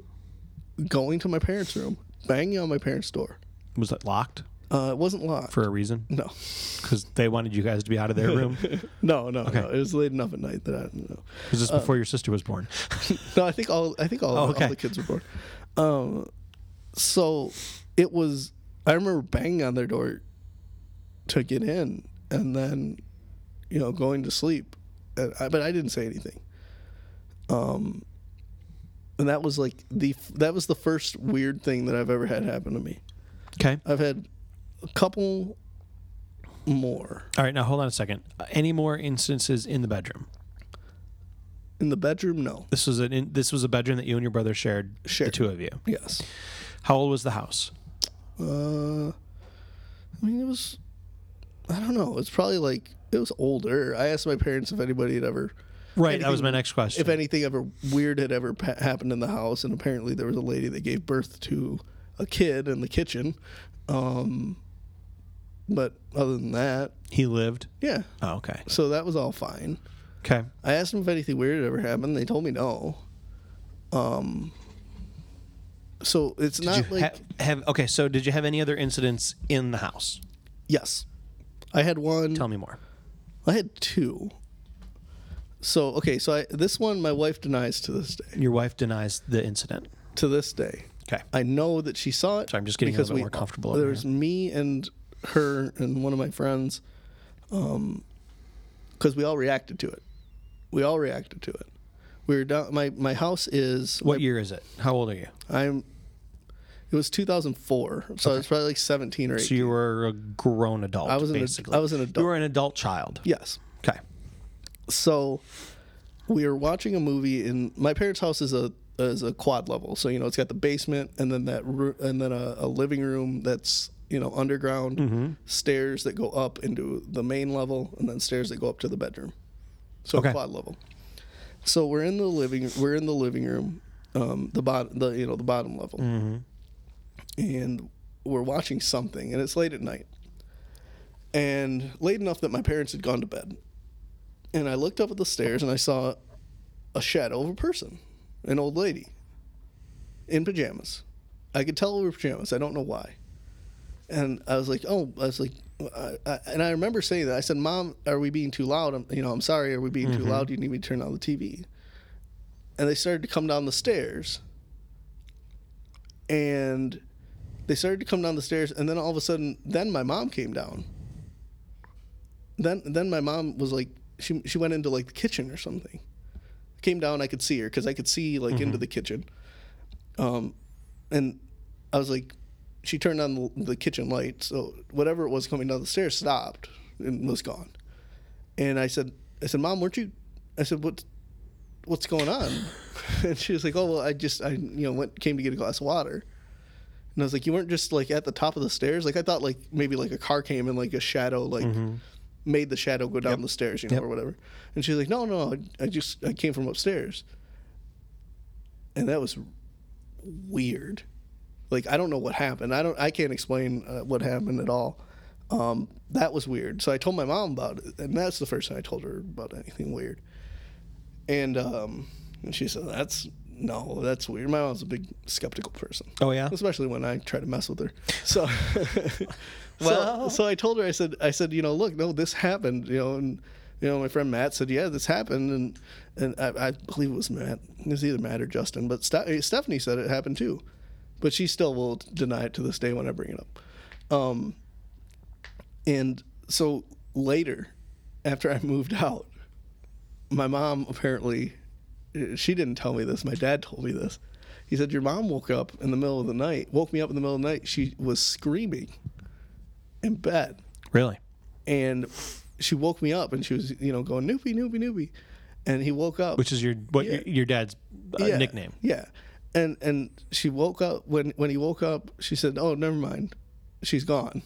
C: going to my parents' room, banging on my parents' door.
B: was that locked
C: Uh, it wasn't locked.
B: for a
C: (laughs)
B: reason?
C: no,
B: Because they wanted you guys to be out of their
C: (laughs)
B: room.
C: no, no, no. It was late enough at night that I don't know.
B: Was this before your sister was born? (laughs)
C: No, I think all I think all,
B: okay.
C: all the kids were born. Um, so it was. I remember banging on their door to get in, and then you know going to sleep, and I, but I didn't say anything. Um, and that was like the that was the first weird thing that I've ever had happen to me.
B: Okay.
C: I've had a couple more
B: All right. Now hold on a second. Uh, any more instances in the bedroom?
C: in the bedroom. No,
B: This was an in, this was a bedroom that you and your brother shared. The
C: Shared.
B: two of you.
C: yes.
B: How old was the house?
C: Uh, I mean, it was. I don't know. It's probably like it was older. I asked my parents if anybody had ever,
B: Right. that was my next question.
C: if anything ever weird had ever pa- happened in the house, and apparently there was a lady that gave birth to a kid in the kitchen. Um, but other than that,
B: he lived.
C: yeah.
B: Oh, okay.
C: So that was all fine.
B: Okay.
C: I asked them if anything weird had ever happened. They told me no. Um. So it's
B: Did
C: not
B: you
C: like
B: ha- have okay. So did you have any other incidents in the house?
C: yes, I had one.
B: Tell me more.
C: I had two. So okay, so I, this one my wife denies to this day.
B: Your wife denies the incident.
C: To this day,
B: Okay.
C: I know that she saw it.
B: Sorry, I'm just getting a little bit more comfortable over
C: There was me and her and one of my friends, because we all reacted to it. We all reacted to it. We were down. My my house is
B: What year is it? How old are you?
C: I'm. It was 2004, so I was probably like 17 or 18.
B: So you were a grown adult.
C: I was an ad-
B: basically.
C: I was an
B: You
C: adult.
B: were an adult child.
C: yes.
B: Okay.
C: So we were watching a movie in my parents' house is a is a quad level, so you know it's got the basement and then that roo- and then a, a living room that's you know underground, stairs that go up into the main level, and then stairs that go up to the bedroom. So
B: Okay.
C: quad level. So we're in the living we're in the living room, um, the bottom the you know the bottom level, and we're watching something, and it's late at night, and late enough that my parents had gone to bed, and I looked up at the stairs and I saw a shadow of a person, an old lady, in pajamas. I could tell it were pajamas. I don't know why. And I was like, oh, I was like, I, I, and I remember saying that. I said, Mom, are we being too loud? I'm, you know, I'm sorry. Are we being too loud? Do you need me to turn on the TV? And they started to come down the stairs. And they started to come down the stairs. And then all of a sudden, then my mom came down. Then, then my mom was like, she, she went into like the kitchen or something. Came down, I could see her because I could see like into the kitchen. Um, And I was like, she turned on the, the kitchen light, so whatever it was coming down the stairs stopped and was gone. And I said, I said, Mom, weren't you? I said, what, what's going on? (laughs) and she was like, Oh well, I just I you know went came to get a glass of water. And I was like, You weren't just like at the top of the stairs? Like I thought like maybe like a car came and like a shadow like made the shadow go down the stairs, you know, or whatever. And she's like, No, no, I, I just I came from upstairs. And that was weird. Like I don't know what happened. I don't. I can't explain uh, what happened at all. Um, that was weird. So I told my mom about it, and that's the first time I told her about anything weird. And um, and she said, "That's no, that's weird. My mom's a big skeptical person.
B: Oh, yeah?
C: especially when I try to mess with her. So, (laughs)
B: Well-
C: so, so I told her. I said, I said, you know, look, no, this happened. You know, and you know, my friend Matt said, yeah, this happened, and and I, I believe it was Matt. It was either Matt or Justin, but Ste- Stephanie said it happened too, but she still will deny it to this day when I bring it up. Um, and so later, after I (laughs) moved out, my mom apparently, she didn't tell me this. My dad told me this. He said, Your mom woke up in the middle of the night, woke me up in the middle of the night. She was screaming in bed.
B: Really?
C: And she woke me up and she was, you know, going, Noopy, Noopy, Noopy. And he woke up.
B: Which is your what
C: Yeah.
B: your, your dad's uh, nickname?
C: Yeah. And and she woke up when when he woke up, she said, "Oh, never mind. She's gone."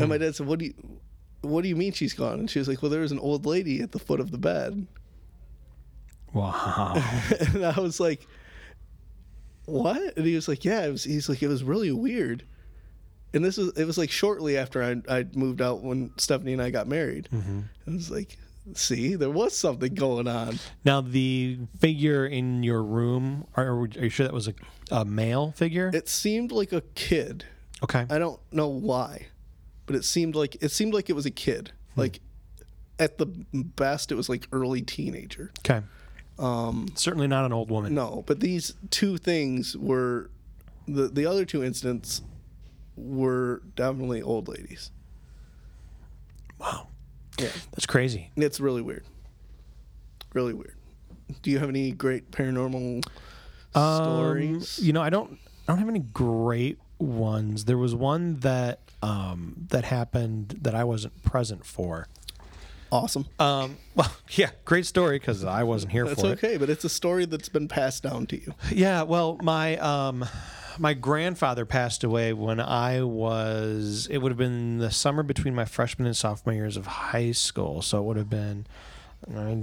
C: And my dad said, "What do you what do you mean she's gone?" And she was like, "Well, there was an old lady at the foot of the bed." (laughs)
B: Wow. (laughs)
C: And I was like, "What?" And he was like, "Yeah." It was, he's like, "It was really weird." And this was it was like shortly after I I moved out when Stephanie and I got married. I was like, "See, there was something going on."
B: Now the figure in your room are, are you sure that was a, a male figure?
C: It seemed like a kid.
B: okay.
C: I don't know why, but it seemed like it seemed like it was a kid.
B: Hmm.
C: Like at the best, it was like early teenager.
B: Okay. Um, Certainly not an old woman.
C: No, but these two things were the the other two incidents were definitely old ladies.
B: Wow.
C: Yeah,
B: That's crazy.
C: it's really weird. Really weird. Do you have any great paranormal stories?
B: Um, you know, I don't I don't have any great ones. There was one that um, that happened that I wasn't present for.
C: Awesome.
B: Um, well, (laughs) yeah, great story because I wasn't here
C: that's
B: for it.
C: okay, but it's a story that's been passed down to you.
B: (laughs) Yeah, well, my um, my grandfather passed away when I was. It would have been the summer between my freshman and sophomore years of high school, so it would have been.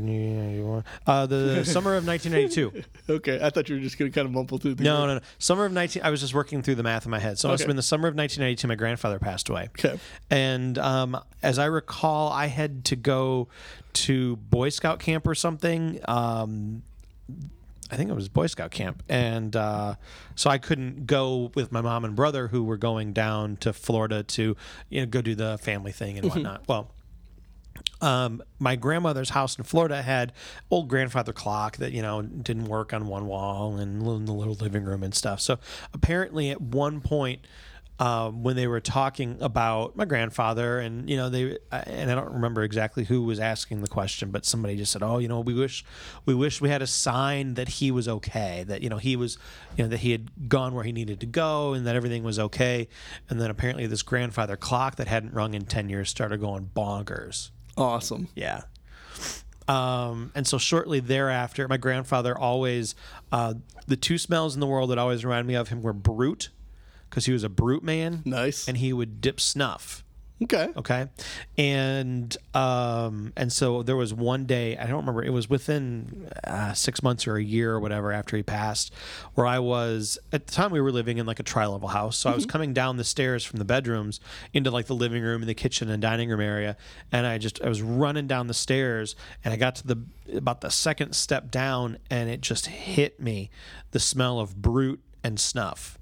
B: Uh,
C: (laughs)
B: the summer of 1992.
C: Okay, I thought you were just going to kind of mumble through the
B: No, no, no. Summer of 19. I was just working through the math in my head. So it must have
C: Okay.
B: been the summer of 1992. My grandfather passed away.
C: Okay.
B: And um, as I recall, I had to go to Boy Scout camp or something. Um, I think it was Boy Scout camp, and uh, so I couldn't go with my mom and brother who were going down to Florida to you know go do the family thing
C: Mm-hmm.
B: and whatnot. Well, um, my grandmother's house in Florida had old grandfather clock that you know didn't work on one wall and in the little living room and stuff. So apparently, at one point. Um, when they were talking about my grandfather, and you know they, I- and I don't remember exactly who was asking the question, but somebody just said, "Oh, you know, we wish, we wish we had a sign that he was okay, that you know he was, you know, that he had gone where he needed to go, and that everything was okay." And then apparently, this grandfather clock that hadn't rung in ten years started going bonkers.
C: Awesome.
B: Yeah. Um, and so shortly thereafter, my grandfather always uh, the two smells in the world that always remind me of him were brute, because he was a brute man.
C: Nice.
B: And he would dip snuff.
C: Okay.
B: Okay. And um, and so there was one day I don't remember it was within uh, six months or a year or whatever after he passed, where I was at the time we were living in like a tri level house, so I was coming down the stairs from the bedrooms into like the living room and the kitchen and dining room area, and I just I was running down the stairs and I got to the about the second step down and it just hit me, the smell of brute and snuff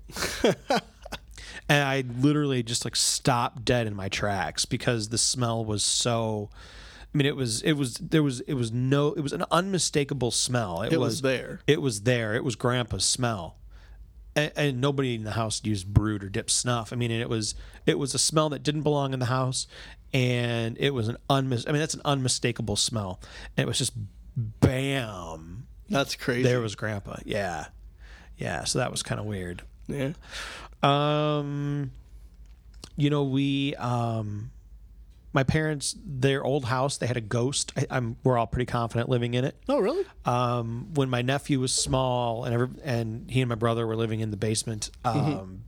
B: and I literally just like stopped dead in my tracks because the smell was so. I mean, it was it was there was it was no it was an unmistakable smell. It,
C: It was there.
B: It was there. It was Grandpa's smell, and, and nobody in the house used brood or dip snuff. I mean, and it was it was a smell that didn't belong in the house, and it was an unmis. I mean, that's an unmistakable smell, and it was just bam.
C: That's crazy.
B: There was Grandpa. Yeah, yeah. So that was kind of weird.
C: yeah.
B: Um, you know, we um, my parents, their old house, they had a ghost. I, I'm we're all pretty confident living in it.
C: Oh, really?
B: Um, when my nephew was small, and every, and he and my brother were living in the basement, um,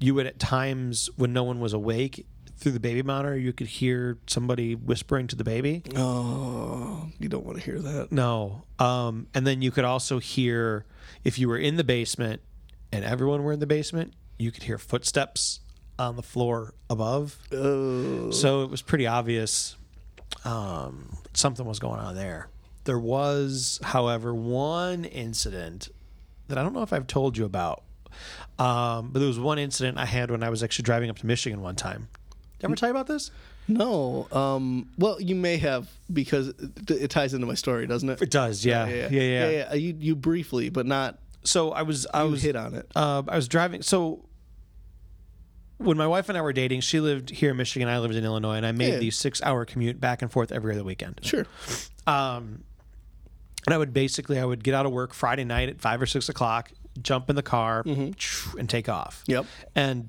B: you would at times when no one was awake through the baby monitor, you could hear somebody whispering to the baby.
C: Oh, you don't want to hear that.
B: No. Um, and then you could also hear if you were in the basement and everyone were in the basement, you could hear footsteps on the floor above. So it was pretty obvious um, something was going on there. There was, however, one incident that I don't know if I've told you about. Um, but there was one incident I had when I was actually driving up to Michigan one time. Did I ever tell you about this?
C: No. Um, well, you may have because it, it ties into my story, doesn't it?
B: It does, yeah, yeah, yeah.
C: You, you briefly, but not.
B: So I was, I
C: You
B: was
C: hit on it.
B: Uh, I was driving. So when my wife and I were dating, she lived here in Michigan, I lived in Illinois, and I made
C: Yeah.
B: the six-hour commute back and forth every other weekend.
C: Sure.
B: And I would basically, I would get out of work Friday night at five or six o'clock, jump in the car, and take off.
C: Mm-hmm. Yep.
B: And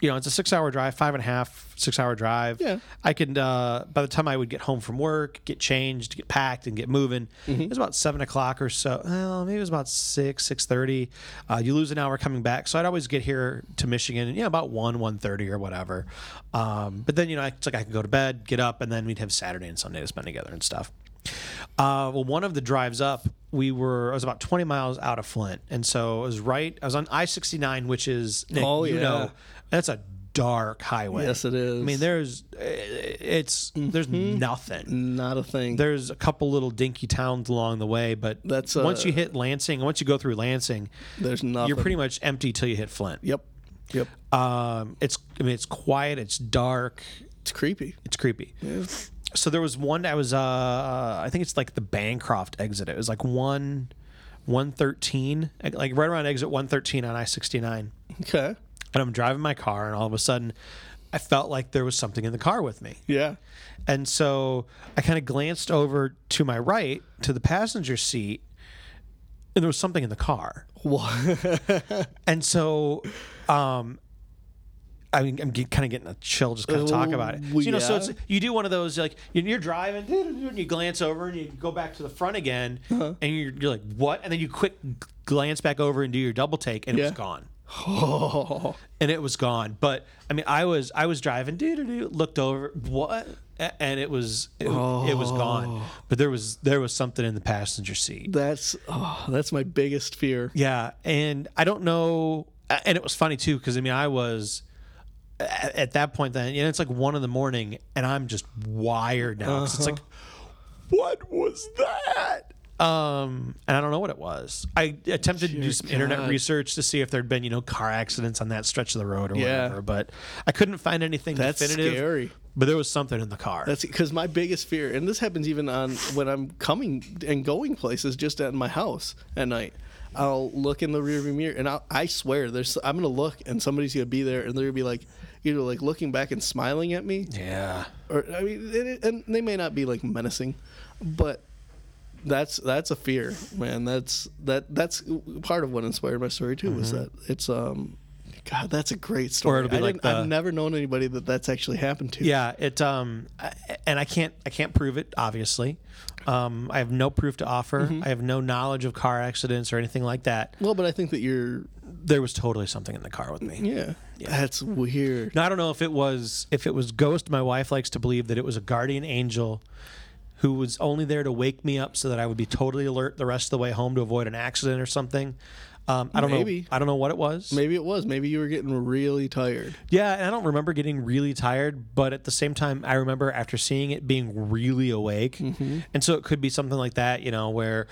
B: you know, it's a six-hour drive, five and a half, six-hour drive.
C: Yeah.
B: I could. Uh, by the time I would get home from work, get changed, get packed, and get moving, it was about seven o'clock or so. Well, maybe it was about six, six thirty. Uh, you lose an hour coming back, so I'd always get here to Michigan, yeah, about one, one thirty or whatever. Um, but then you know, it's like I could go to bed, get up, and then we'd have Saturday and Sunday to spend together and stuff. Uh, well, one of the drives up, we were I was about twenty miles out of Flint, and so it was right. I was on I sixty nine, which is Nick,
C: Oh,
B: you
C: yeah.
B: know that's a dark highway.
C: Yes, it is. Mm-hmm.
B: I mean, there's eh, it's there's nothing.
C: Not a thing.
B: There's a couple little dinky towns along the way, but
C: That's,
B: once
C: uh,
B: you hit Lansing, once you go through Lansing,
C: There's nothing.
B: you're pretty much empty till you hit Flint.
C: Yep. Yep.
B: Um, it's I mean, it's quiet, it's dark,
C: It's creepy.
B: it's creepy. So there was one I was uh I think it's like the Bancroft exit. It was like one one thirteen, like right around exit one thirteen on I sixty nine
C: Okay.
B: and I'm driving my car, and all of a sudden, I felt like there was something in the car with me.
C: Yeah. (laughs)
B: And so I kind of glanced over to my right to the passenger seat, and there was something in the car. and so, um, I mean, I'm get, kind of getting a chill just kind of talk about it. So,
C: Oh,
B: you know, so
C: yeah.
B: it's you do one of those like you're, you're driving and you glance over and you go back to the front again,
C: Uh-huh.
B: and you're, you're like, what? And then you quick glance back over and do your double take, and it
C: Yeah.
B: was gone
C: (laughs)
B: and it was gone. But I mean, I was I was driving, doo doo doo, looked over, what, A- and it was it, it was
C: Oh.
B: gone. But there was there was something in the passenger seat.
C: That's oh, that's my biggest fear.
B: Yeah, and I don't know, a- and it was funny too because I mean I was a- at that point then, and it's like one in the morning, and I'm just wired now. 'cause It's like, what was that?
C: Uh-huh.
B: Um, and I don't know what it was. I attempted to do some internet
C: God.
B: research to see if there'd been, you know, car accidents on that stretch of the road or
C: Yeah.
B: whatever, but I couldn't find anything
C: That's
B: definitive.
C: scary.
B: But there was something in the car.
C: That's because my biggest fear, and this happens even on when I'm coming and going places, just at my house at night. I'll look in the rearview mirror, and I'll, I swear, there's I'm gonna look, and somebody's gonna be there, and they're gonna be like, either like looking back and smiling at me,
B: yeah.
C: or I mean, and, and they may not be like menacing, but that's that's a fear, man. That's that that's part of what inspired my story too. Was that it's um, God, that's a great story.
B: Mm-hmm. it'll be
C: I
B: like
C: didn't-
B: the-
C: I've never known anybody that that's actually happened to.
B: Yeah, it um I- and I can't I can't prove it obviously. Um I have no proof to offer.
C: Mm-hmm.
B: I have no knowledge of car accidents or anything like that.
C: Well, but I think that you're
B: There was totally something in the car with me.
C: Yeah. That's weird.
B: Now I don't know if it was if it was ghost. My wife likes to believe that it was a guardian angel who was only there to wake me up so that I would be totally alert the rest of the way home to avoid an accident or something. Um, I don't know.
C: Maybe.
B: I don't know what it was.
C: Maybe it was. Maybe you were getting really tired.
B: Yeah, and I don't remember getting really tired, but at the same time, I remember after seeing it being really awake, and so it could be something like that, you know, where,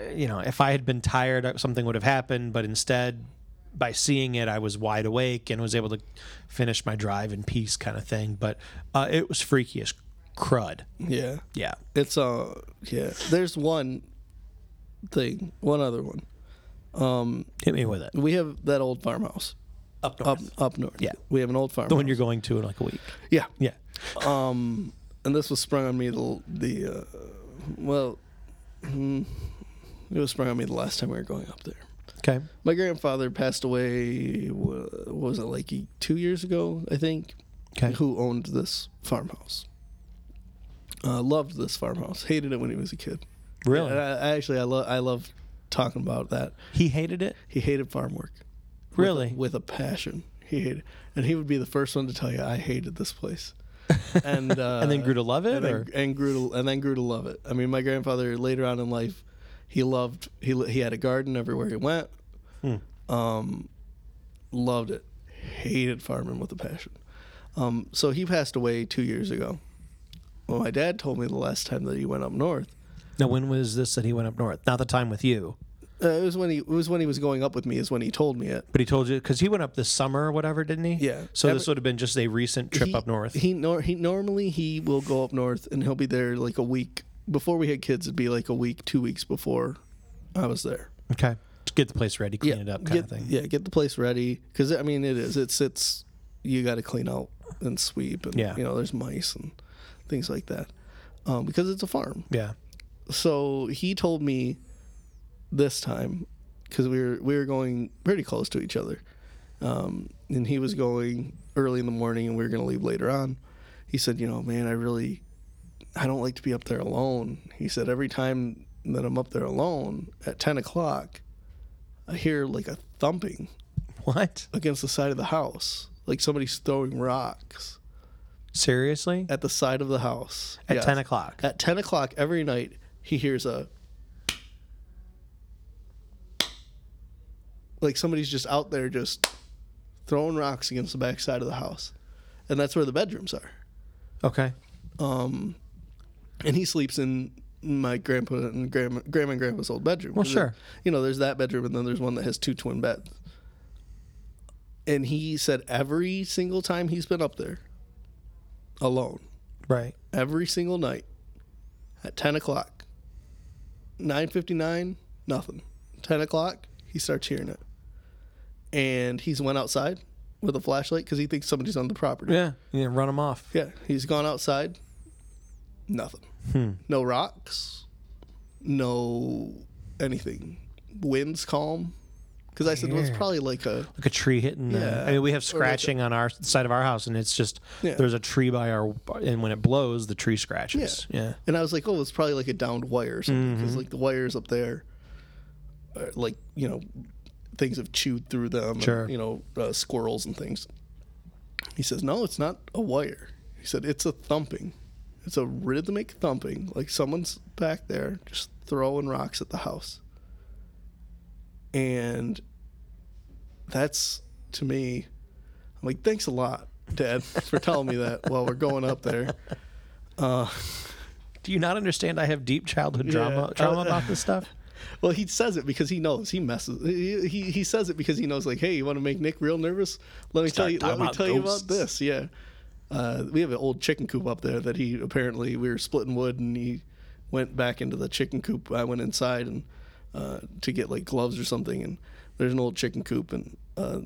B: uh, you know, if I had been tired, uh, something would have happened, but instead, by seeing it, I was wide awake and was able to finish my drive in peace, kind of thing. But uh, it was freaky as crud.
C: Yeah.
B: Yeah.
C: It's uh yeah. There's one thing, one other one.
B: Hit me with it.
C: We have that old farmhouse
B: Up north.
C: up up north.
B: Yeah.
C: We have an old farmhouse.
B: the one you're going to in like a week.
C: Yeah.
B: Yeah.
C: And this was sprung on me the the uh, well mm, it was sprung on me the last time we were going up there.
B: Okay.
C: My grandfather passed away. wha- What was it like e- two years ago? I think.
B: Okay.
C: Who owned this farmhouse? Uh, loved this farmhouse. Hated it when he was a kid.
B: Really?
C: And I, I actually, I love. I love talking about that.
B: He hated it.
C: He hated farm work
B: Really?
C: with a passion. He hated, and he would be the first one to tell you, "I hated this
B: (laughs)
C: place." And uh,
B: And then grew to love it,
C: and then,
B: or?
C: and grew to and then grew to love it. I mean, my grandfather later on in life, he loved he he had a garden everywhere he went.
B: Hmm.
C: Um, loved it, hated farming with a passion. Um, so he passed away two years ago. Well, my dad told me the last time that he went up north
B: Now, when was this that he went up north? Not the time with you,
C: Uh, it was when he it was when he was going up with me is when he told me it.
B: but he told you because he went up this summer or whatever, didn't he?
C: Yeah.
B: So
C: Every-
B: this would have been just a recent trip
C: He-
B: up north.
C: He nor he normally he will go up north and he'll be there like a week before we had kids. It'd be like a week, two weeks before I was there.
B: okay. Just get the place ready, clean it up, kind
C: get,
B: of thing.
C: Yeah, get the place ready because I mean it is. It's it's you got to clean out and sweep and
B: Yeah.
C: you know there's mice and things like that um, because it's a farm.
B: Yeah.
C: So he told me this time because we were we were going pretty close to each other, um, and he was going early in the morning and we were gonna leave later on. He said, you know, man, I really I don't like to be up there alone. He said every time that I'm up there alone at ten o'clock, I hear like a thumping
B: What?
C: against the side of the house, like somebody's throwing rocks
B: Seriously?
C: at the side of the house
B: At
C: Yes.
B: ten o'clock.
C: At ten o'clock every night, he hears a like somebody's just out there just throwing rocks against the back side of the house, and that's where the bedrooms are.
B: Okay.
C: And he sleeps in my grandpa and grandma, grandma and grandpa's old bedroom.
B: Well,
C: 'Cause
B: sure.
C: it- you know, there's that bedroom, and then there's one that has two twin beds. And he said every single time he's been up there, alone,
B: Right.
C: every single night at 10 o'clock 9.59 nothing 10 o'clock he starts hearing it and he's went outside with a flashlight because he thinks somebody's on the property
B: Yeah. Yeah. Run them off.
C: yeah he's gone outside nothing no rocks no anything winds calm because i said well it's
B: Weird.
C: probably like a
B: Like a tree hitting. the-
C: Yeah.
B: I mean, we have scratching on our side of our house, and it's just
C: Yeah.
B: there's a tree by our, and when it blows, the tree scratches. Yeah.
C: And I was like, oh, it's probably like a downed wire or something. Because, like, the wires up there, are, like, you know, things have chewed through them. and,
B: Sure.
C: you know, uh, squirrels and things. He says, no, it's not a wire. He said, it's a thumping. It's a rhythmic thumping. Like, someone's back there just throwing rocks at the house. And that's, to me, I'm like, thanks a lot, Dad, (laughs) for telling me that while we're going up there.
B: Do you not understand? I have deep childhood trauma
C: Yeah. Uh,
B: trauma about this
C: (laughs)
B: stuff.
C: Well, he says it because he knows he messes. He, he, he says it because he knows, like, hey, you want to make Nick real nervous? Let me tell
B: Start
C: you. Let
B: talking
C: me
B: about
C: tell you about
B: ghosts."
C: this. Yeah, uh, we have an old chicken coop up there that he apparently we were splitting wood and he went back into the chicken coop. I went inside and uh, to get like gloves or something, and there's an old chicken coop, and uh,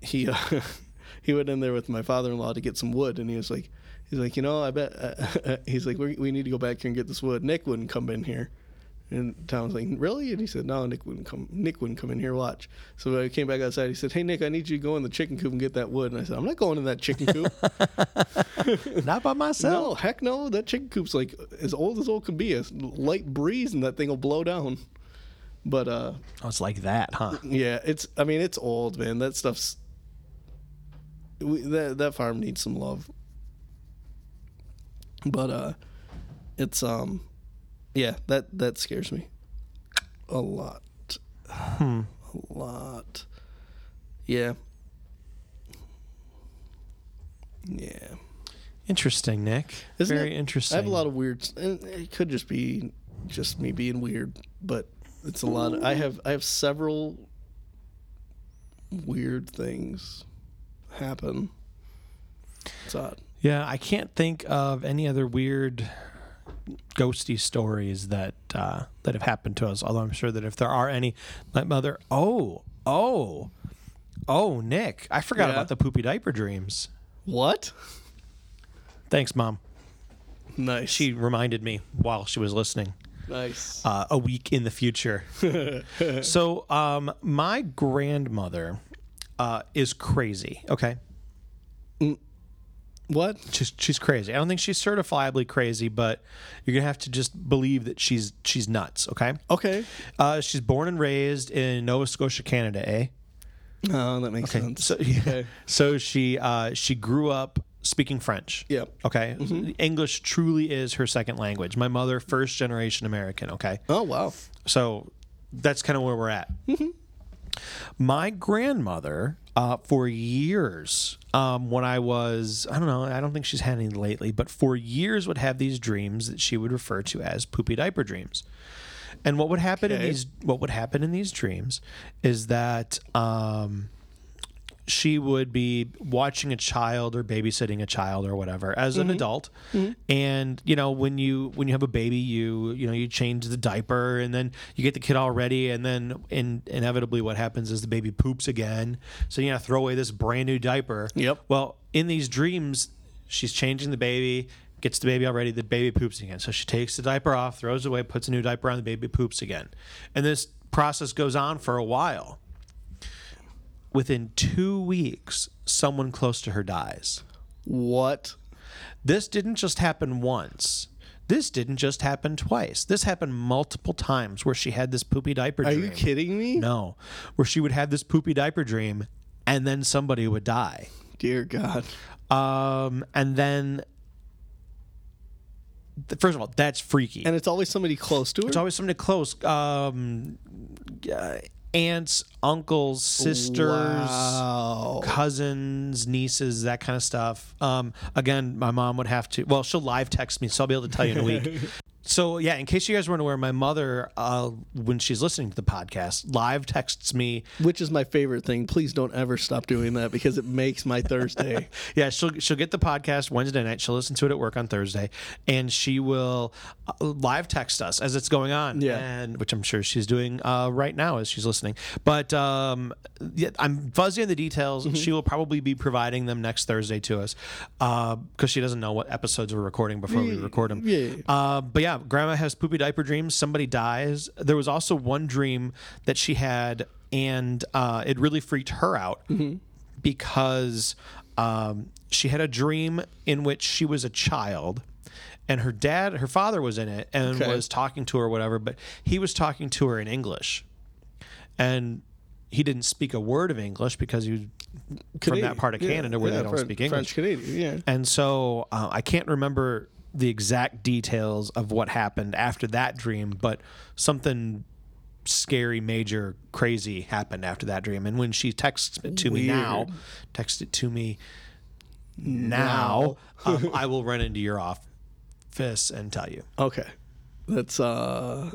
C: he uh, (laughs) he went in there with my father-in-law to get some wood, and he was like, he's like, you know, I bet (laughs) uh, he's like, we we need to go back here and get this wood. Nick wouldn't come in here. And Tom's like, really? And he said, no, Nick wouldn't come. Nick wouldn't come in here. Watch. So I came back outside. He said, hey, Nick, I need you to go in the chicken coop and get that wood. And I said, I'm not going in that chicken coop.
B: not by myself.
C: no, heck no. That chicken coop's like as old as old can be. A light breeze and that thing will blow down. But uh,
B: Oh, it's like that, huh?
C: yeah, it's. I mean, it's old, man. That stuff's. We, that that farm needs some love. But uh, it's um, yeah. That that scares me. A lot. A lot. Yeah. Yeah.
B: Interesting, Nick.
C: Isn't
B: Very
C: it-
B: interesting.
C: I have a lot of weird. And it could just be just me being weird, but it's a lot. Of, I have I have several weird things happen. It's odd.
B: Yeah, I can't think of any other weird ghosty stories that uh, that have happened to us. Although I'm sure that if there are any, my mother. Oh, oh, oh, Nick, I forgot
C: Yeah?
B: about the poopy diaper dreams.
C: What? (laughs)
B: Thanks, mom.
C: Nice.
B: She reminded me while she was listening.
C: nice.
B: uh, a week in the (laughs) future. so, um, my grandmother uh, is crazy. Okay,
C: what?
B: she's she's crazy. I don't think she's certifiably crazy, but you're gonna have to just believe that she's she's nuts. Okay,
C: Okay.
B: uh, she's born and raised in Nova Scotia, Canada. Eh.
C: Oh, that makes sense.
B: So, (laughs) so she uh, she grew up speaking French.
C: Yep.
B: Okay. English truly is her second language. My mother, first generation American. Okay.
C: Oh wow.
B: So that's kind of where we're at. My grandmother uh, for years. Um, when I was, I don't know, I don't think she's had any lately, but for years would have these dreams that she would refer to as poopy diaper dreams. And what would happen in
C: Okay.
B: these what would happen in these dreams is that um, she would be watching a child or babysitting a child or whatever as an adult and you know when you when you have a baby you you know you change the diaper and then you get the kid all ready and then in, inevitably what happens is the baby poops again so you gotta throw away this brand new diaper
C: Yep.
B: well in these dreams she's changing the baby gets the baby all ready the baby poops again so she takes the diaper off throws it away puts a new diaper on the baby poops again and this process goes on for a while within two weeks, someone close to her dies.
C: What?
B: This didn't just happen once. This didn't just happen twice. This happened multiple times where she had this poopy diaper
C: Are
B: dream.
C: you kidding me?
B: No. Where she would have this poopy diaper dream and then somebody would die.
C: Dear God.
B: Um, and then, th- first of all, that's freaky.
C: And it's always somebody close to her.
B: It's always somebody close. Um, uh, aunts, uncles, sisters, cousins, nieces, that kind of stuff. Um, again, my mom would have to. Well, she'll live text me, so I'll be able to tell you in a week. So yeah, in case you guys weren't aware, my mother, uh, when she's listening to the podcast, live texts me.
C: which is my favorite thing. Please don't ever stop doing that because it makes
B: (laughs)
C: my Thursday.
B: Yeah, she'll she'll get the podcast Wednesday night. She'll listen to it at work on Thursday, and she will uh, live text us as it's going on.
C: Yeah.
B: and which I'm sure she's doing uh, right now as she's listening. But um, yeah, I'm fuzzy on the details.
C: Mm-hmm.
B: She will probably be providing them next Thursday to us because she doesn't know what episodes we're recording before we record them.
C: yeah.
B: Uh, but yeah, grandma has poopy diaper dreams. Somebody dies. There was also one dream that she had, and uh, it really freaked her out because um, she had a dream in which she was a child. And her dad, her father was in it and
C: Okay.
B: was talking to her, or whatever, but he was talking to her in English. And he didn't speak a word of English because he was from that part of
C: Yeah,
B: Canada where
C: yeah,
B: they don't
C: Fran-
B: speak English.
C: French Canadian, yeah.
B: And so uh, I can't remember the exact details of what happened after that dream, but something scary, major, crazy happened after that dream. And when she texts it to me now, text it to me now, um, I will run into your office and tell you.
C: Okay. That's uh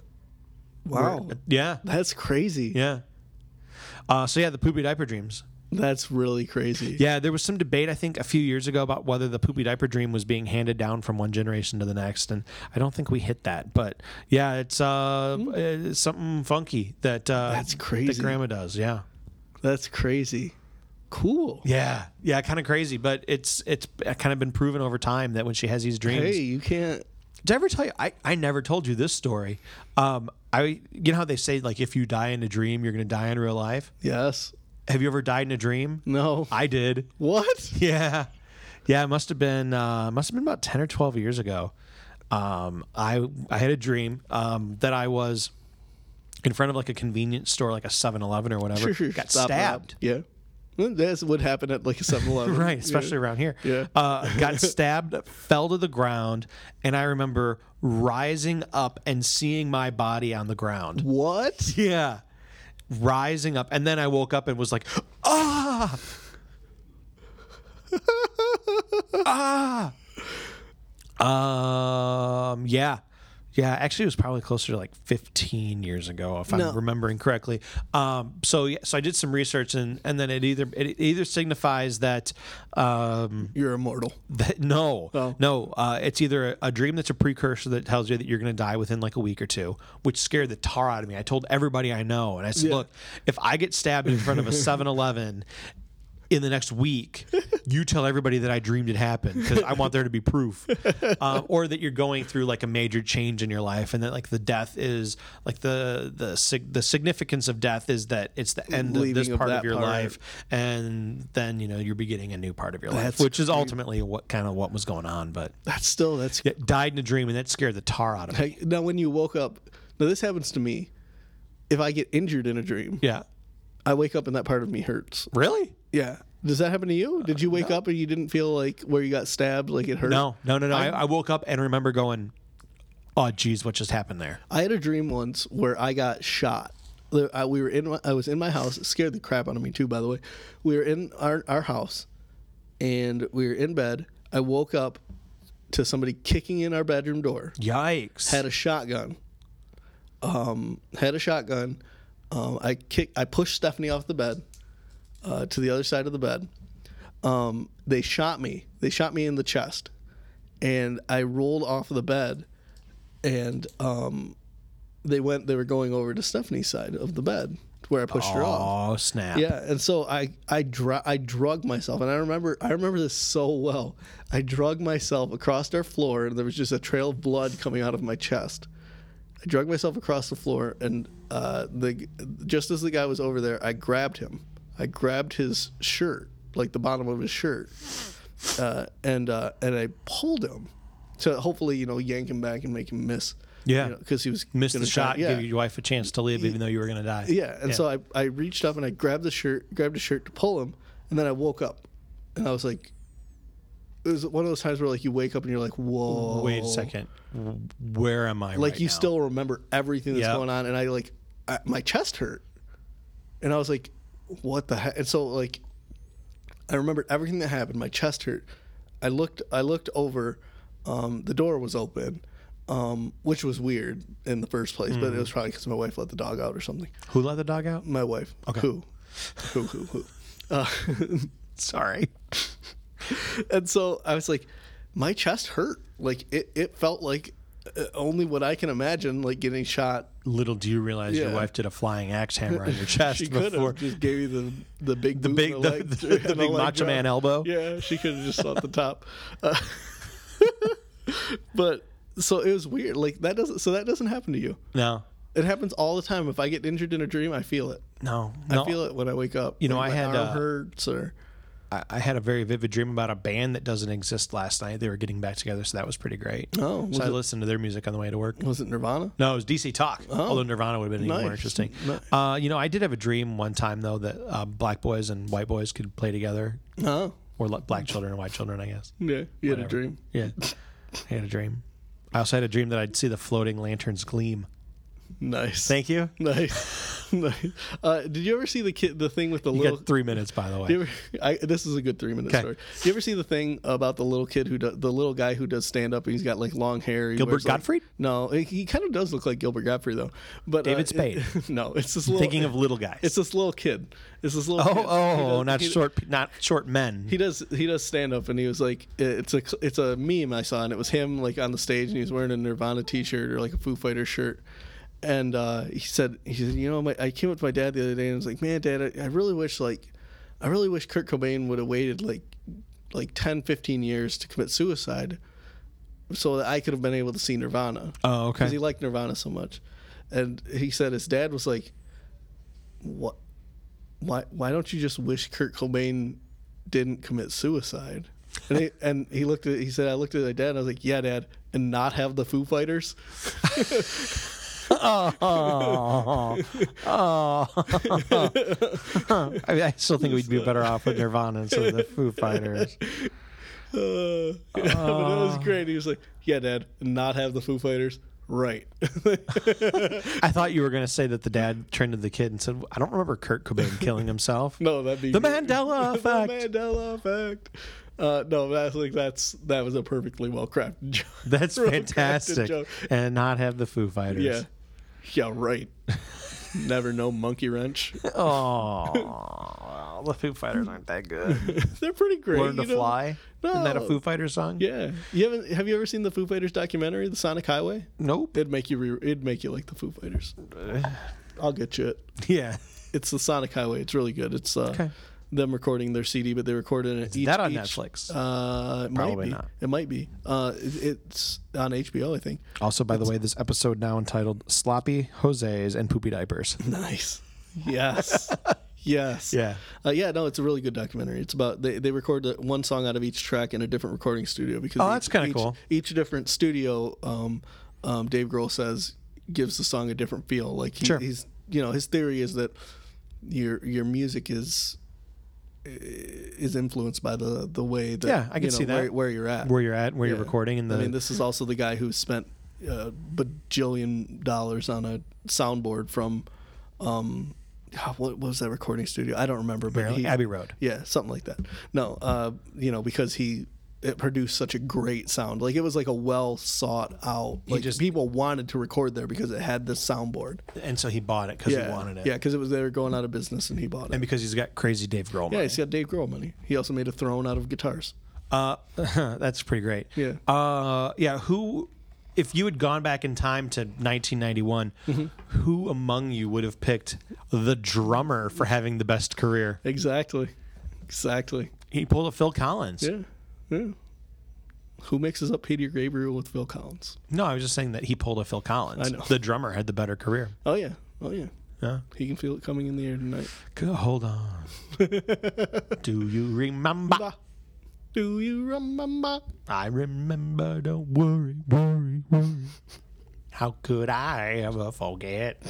C: wow.
B: Yeah.
C: That's crazy.
B: Yeah. Uh, so yeah, the poopy diaper dreams.
C: That's really crazy.
B: Yeah, there was some debate I think a few years ago about whether the poopy diaper dream was being handed down from one generation to the next, and I don't think we hit that. But yeah, it's uh, it's something funky that uh,
C: Hmm. That's crazy.
B: That grandma does. Yeah,
C: That's crazy. Cool.
B: yeah, yeah. Kind of crazy, but it's it's kind of been proven over time that when she has these dreams,
C: Hey, you can't
B: did I ever tell you? I, I never told you this story. Um, I you know how they say like if you die in a dream, you're gonna die in real life.
C: Yes.
B: Have you ever died in a dream?
C: No.
B: I did.
C: what?
B: Yeah, yeah. It must have been uh, must have been about ten or twelve years ago. Um, I I had a dream um, that I was in front of like a convenience store, like a 7-Eleven or whatever. Got
C: (laughs) (laughs) Stop that.
B: stabbed.
C: Yeah. Well, That's what happened at like a 7-Eleven.
B: (laughs) Right, especially around here.
C: Yeah.
B: Uh, got stabbed, fell to the ground, and I remember rising up and seeing my body on the ground.
C: What?
B: (laughs) Yeah. Rising up. And then I woke up and was like, ah. (laughs) ah. Um, yeah. Yeah, actually, it was probably closer to like 15 years ago, if
C: No.
B: I'm remembering correctly. Um, so, yeah, so I did some research, and, and then it either it either signifies that um,
C: You're immortal.
B: that, no,
C: Oh.
B: no. Uh, it's either a, a dream that's a precursor that tells you that you're going to die within like a week or two, which scared the tar out of me. I told everybody I know, and I said,
C: Yeah.
B: "Look, if I get stabbed in
C: (laughs)
B: front of a 7-Eleven in the next week, you tell everybody that I dreamed it happened because I want there to be
C: (laughs)
B: proof, um, or that you're going through like a major change in your life, and that like the death is like the the sig- the significance of death is that it's the end of
C: Leaving
B: this
C: of
B: part of,
C: that
B: your
C: part.
B: life, and then you know you're beginning a new part of your life,
C: That's
B: which is ultimately what kind of what was going on.
C: (laughs)
B: But
C: That's still that's
B: it died in a dream, and that scared the tar out of
C: (laughs)
B: me.
C: Hey, now when you woke up, now this happens to me. If I get injured in a dream,
B: Yeah,
C: I wake up and that part of me hurts.
B: really?
C: Yeah. Does that happen to you? Did you wake up and you didn't feel like where you got stabbed, like it hurt?
B: No, no, no, no. I, I woke up and remember going, "Oh, geez, what just happened there?"
C: I had a dream once where I got shot the- I, we were in my, I was in my house. It scared the crap out of me too, by the way. We were in our, our house and we were in bed. I woke up to somebody kicking in our bedroom door.
B: Yikes.
C: Had a shotgun. Um, had a shotgun. Um, I kick. I pushed Stephanie off the bed uh, to the other side of the bed. Um, they shot me. They shot me in the chest, and I rolled off the bed. And um, they went. They were going over to Stephanie's side of the bed where I pushed her off.
B: oh, snap.
C: Yeah, and so I I dr- I drug myself, and I remember I remember this so well. I drug myself across our floor, and there was just a trail of blood coming out of my chest. I drug myself across the floor, and uh, the just as the guy was over there, I grabbed him. I grabbed his shirt, like the bottom of his shirt, uh, and uh, and I pulled him to hopefully you know yank him back and make him miss.
B: Yeah.
C: because he was
B: Missed the
C: gonna
B: shot,
C: try- yeah.
B: give your wife a chance to live, even though you were going to die.
C: Yeah, and so I, I reached up and I grabbed the shirt, grabbed his shirt to pull him, and then I woke up, and I was like, it was one of those times where like you wake up and you're like, whoa,
B: Wait a second. Where am I?
C: Oh. like
B: right
C: you
B: now?
C: still remember everything that's
B: Yeah.
C: going on, and I like, I, my chest hurt, and I was like, what the heck? And so like, I remembered everything that happened. My chest hurt. I looked, I looked over, um, the door was open. Um, which was weird in the first place,
B: Hmm.
C: but it was probably because my wife let the dog out or something
B: Who let the dog
C: (laughs)
B: out?
C: my wife. Who? Who, who, who. (laughs) Uh,
B: Sorry.
C: and so I was like, my chest hurt. Like, it, it felt like uh, only what I can imagine, like getting shot.
B: Little do you realize your
C: Yeah.
B: wife did a flying
C: (laughs)
B: axe hammer on your chest
C: She could
B: before.
C: have just gave you the, the big, the
B: big- the- the- the big Macho Man elbow.
C: Yeah, she could have just thought the top. Uh, (laughs) but so it was weird. Like, that doesn't, so that doesn't happen to you.
B: No,
C: It happens all the time. If I get injured in a dream, I feel it.
B: no, no.
C: I feel it when I wake up.
B: You know, I
C: my
B: had,
C: arm
B: uh,
C: hurts or
B: I, I had a very vivid dream about a band that doesn't exist last night. They were getting back together, so that was pretty great.
C: Oh, was
B: so I
C: it-
B: listened to their music on the way to work.
C: was it Nirvana?
B: No, it was DC Talk. Although Nirvana would have been even more
C: Oh. Nice.
B: interesting.
C: Nice.
B: Uh, you know, I did have a dream one time though that uh, black boys and white boys could play together,
C: No.
B: or like, black children and white children, I guess.
C: Yeah, you had a dream.
B: Yeah, I had a dream. I also had a dream that I'd see the floating lanterns gleam.
C: Nice.
B: Thank you.
C: (laughs) Nice. nice. Uh, did you ever see the kid, the thing with the
B: You
C: little?
B: got three minutes, by the way.
C: (laughs) You ever, I, this is a good three minute
B: Okay.
C: story. You ever see the thing about the little kid who does, the little guy who does stand up and he's got like long hair? he
B: Gilbert
C: wears, like-
B: Gottfried?
C: no, he- he kind of does look like Gilbert Gottfried though. But uh,
B: David Spade.
C: it- (laughs) no, it's this little.
B: Thinking of little guys.
C: It's this little kid. It's this little.
B: oh,
C: kid. (laughs) He
B: oh,
C: does-
B: not
C: he-
B: short, pe- not short men.
C: he does he does stand up and he was like it's a it's a meme I saw and it was him like on the stage and he was wearing a Nirvana t-shirt or like a Foo Fighter shirt and uh, he said he said you know my, I came up to my dad the other day and I was like man dad I, I really wish like I really wish Kurt Cobain would have waited like like 10 15 years to commit suicide so that I could have been able to see Nirvana
B: oh,
C: because
B: okay.
C: he liked Nirvana so much. And he said his dad was like, "What? Why? Why don't you just wish Kurt Cobain didn't commit suicide?"
B: (laughs)
C: And he, and he looked at he said, "I looked at my dad. and I was like, yeah, dad, and not have the Foo Fighters." (laughs)
B: Oh, oh. I, mean, I still think we'd be better off with Nirvana instead
C: (laughs)
B: of the Foo Fighters.
C: Uh, but it
B: Ah.
C: was great. He was like, "Yeah, dad, and not have the Foo Fighters." (laughs) Right.
B: I thought you were going to say that the dad turned to the kid and said, "I don't remember Kurt Cobain killing himself."
C: (laughs) no, that'd be
B: The Mandela effect.
C: (laughs) the Mandela effect. Uh, no, that's like that's that was a perfectly well crafted (laughs) joke.
B: (laughs) That's
C: Real crafted
B: fantastic,
C: joke.
B: and not have the Foo Fighters.
C: Yeah. Yeah, right. Never know monkey wrench. (laughs)
B: Oh, the Foo Fighters aren't that
C: (laughs)
B: good.
C: They're pretty great.
B: Learn to
C: you know?
B: fly. Isn't that a
C: No.
B: Foo Fighters song?
C: Yeah. You haven't have you ever seen the Foo Fighters documentary, The Sonic Highway?
B: Nope. (laughs)
C: It'd make you re- it'd make you like the Foo Fighters.
B: (sighs)
C: I'll get you it.
B: Yeah.
C: It's the Sonic Highway. It's really good. It's uh,
B: Okay.
C: them recording their CD, but they recorded it. Is
B: that on Netflix?
C: Uh, it might
B: Probably
C: be.
B: not.
C: It might be. Uh, it- it's on HBO, I think.
B: Also, by the way, this episode now entitled "Sloppy Jose's and Poopy
C: (laughs)
B: Diapers."
C: Nice.
B: (laughs)
C: Yes. yes.
B: Yeah.
C: Uh, yeah, no, it's a really good documentary. It's about they, they record uh, one song out of each track in a different recording studio because
B: Oh,
C: each-
B: that's kinda
C: each-
B: cool.
C: Each different studio, um, um, Dave Grohl says, gives the song a different feel. Like he,
B: Sure.
C: he's, you know, his theory is that your your music is is influenced by the the way that
B: Yeah, I can
C: you know,
B: see that.
C: where, where you're at.
B: Where you're at, where you're
C: Yeah.
B: recording, and the
C: I mean, this is also the guy who spent a bajillion dollars on a soundboard from um, God, what was that recording studio? I don't remember. But
B: Maryland-
C: he-
B: Abbey Road.
C: Yeah, something like that. No, uh, you know, because he it produced such a great sound. Like it was like a well sought out. Like
B: just-
C: people wanted to record there because it had the soundboard.
B: And so he bought it because
C: Yeah,
B: he wanted it.
C: Yeah, because it was they were going out of business and he bought it.
B: And because he's got crazy Dave Grohl
C: yeah,
B: money.
C: he's got Dave Grohl money. He also made a throne out of guitars.
B: Uh, (laughs) that's pretty great.
C: Yeah.
B: Uh, yeah. Who, if you had gone back in time to 1991,
C: Mm-hmm.
B: who among you would have picked the drummer for having the best career?
C: Exactly. Exactly.
B: He pulled a Phil Collins.
C: Yeah. Yeah. Who mixes up Peter Gabriel with Phil Collins?
B: No, I was just saying that he pulled a Phil Collins.
C: I know.
B: The drummer had the better career.
C: Oh yeah. Oh yeah.
B: Yeah.
C: He can feel it coming in the air tonight.
B: Go- Hold on.
C: (laughs)
B: Do you remember?
C: Do you remember?
B: I remember. Don't worry, worry, worry. How could I ever forget?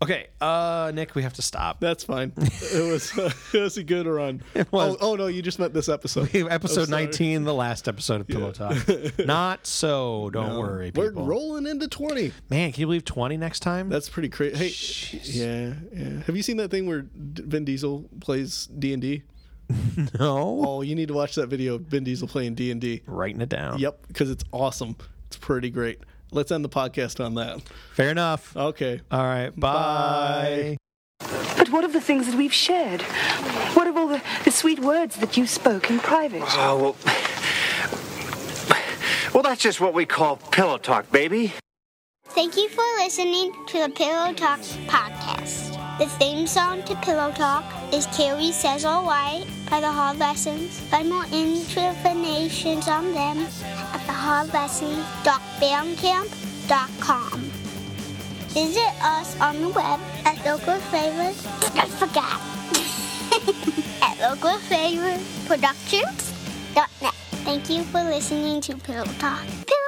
B: Okay, uh, Nick, we have to stop.
C: That's fine. It was (laughs) it was a
B: (laughs)
C: good run.
B: was.
C: Oh, oh, no, you just meant this
B: (laughs)
C: episode.
B: episode
C: I'm sorry.
B: 19, the last episode of Pillow Talk. (laughs) Not so. Don't worry,
C: We're
B: people.
C: rolling into twenty.
B: Man, can you believe 20 next time?
C: That's pretty crazy. Hey, yeah, yeah. Have you seen that thing where D- Vin Diesel plays D and D?
B: no.
C: Oh, you need to watch that video of Vin Diesel playing D and D.
B: Writing it down.
C: Yep, because it's awesome. It's pretty great. Let's end the podcast on that.
B: Fair enough.
C: Okay.
B: All right. Oh. bye.
D: But what of the things that we've shared? What of all the, the sweet words that you spoke in private?
E: Oh, well. Well, that's just what we call pillow talk, baby.
F: Thank you for listening to the Pillow Talk podcast. The theme song to Pillow Talk is Carrie Says All Right by The Hard Lessons. Find more information on them at thehardlessons.bandcamp.com. Visit us on the web at localflavors. I forgot. (laughs) at localfavorsproductions.net. Thank you for listening to Pillow Talk. Pillow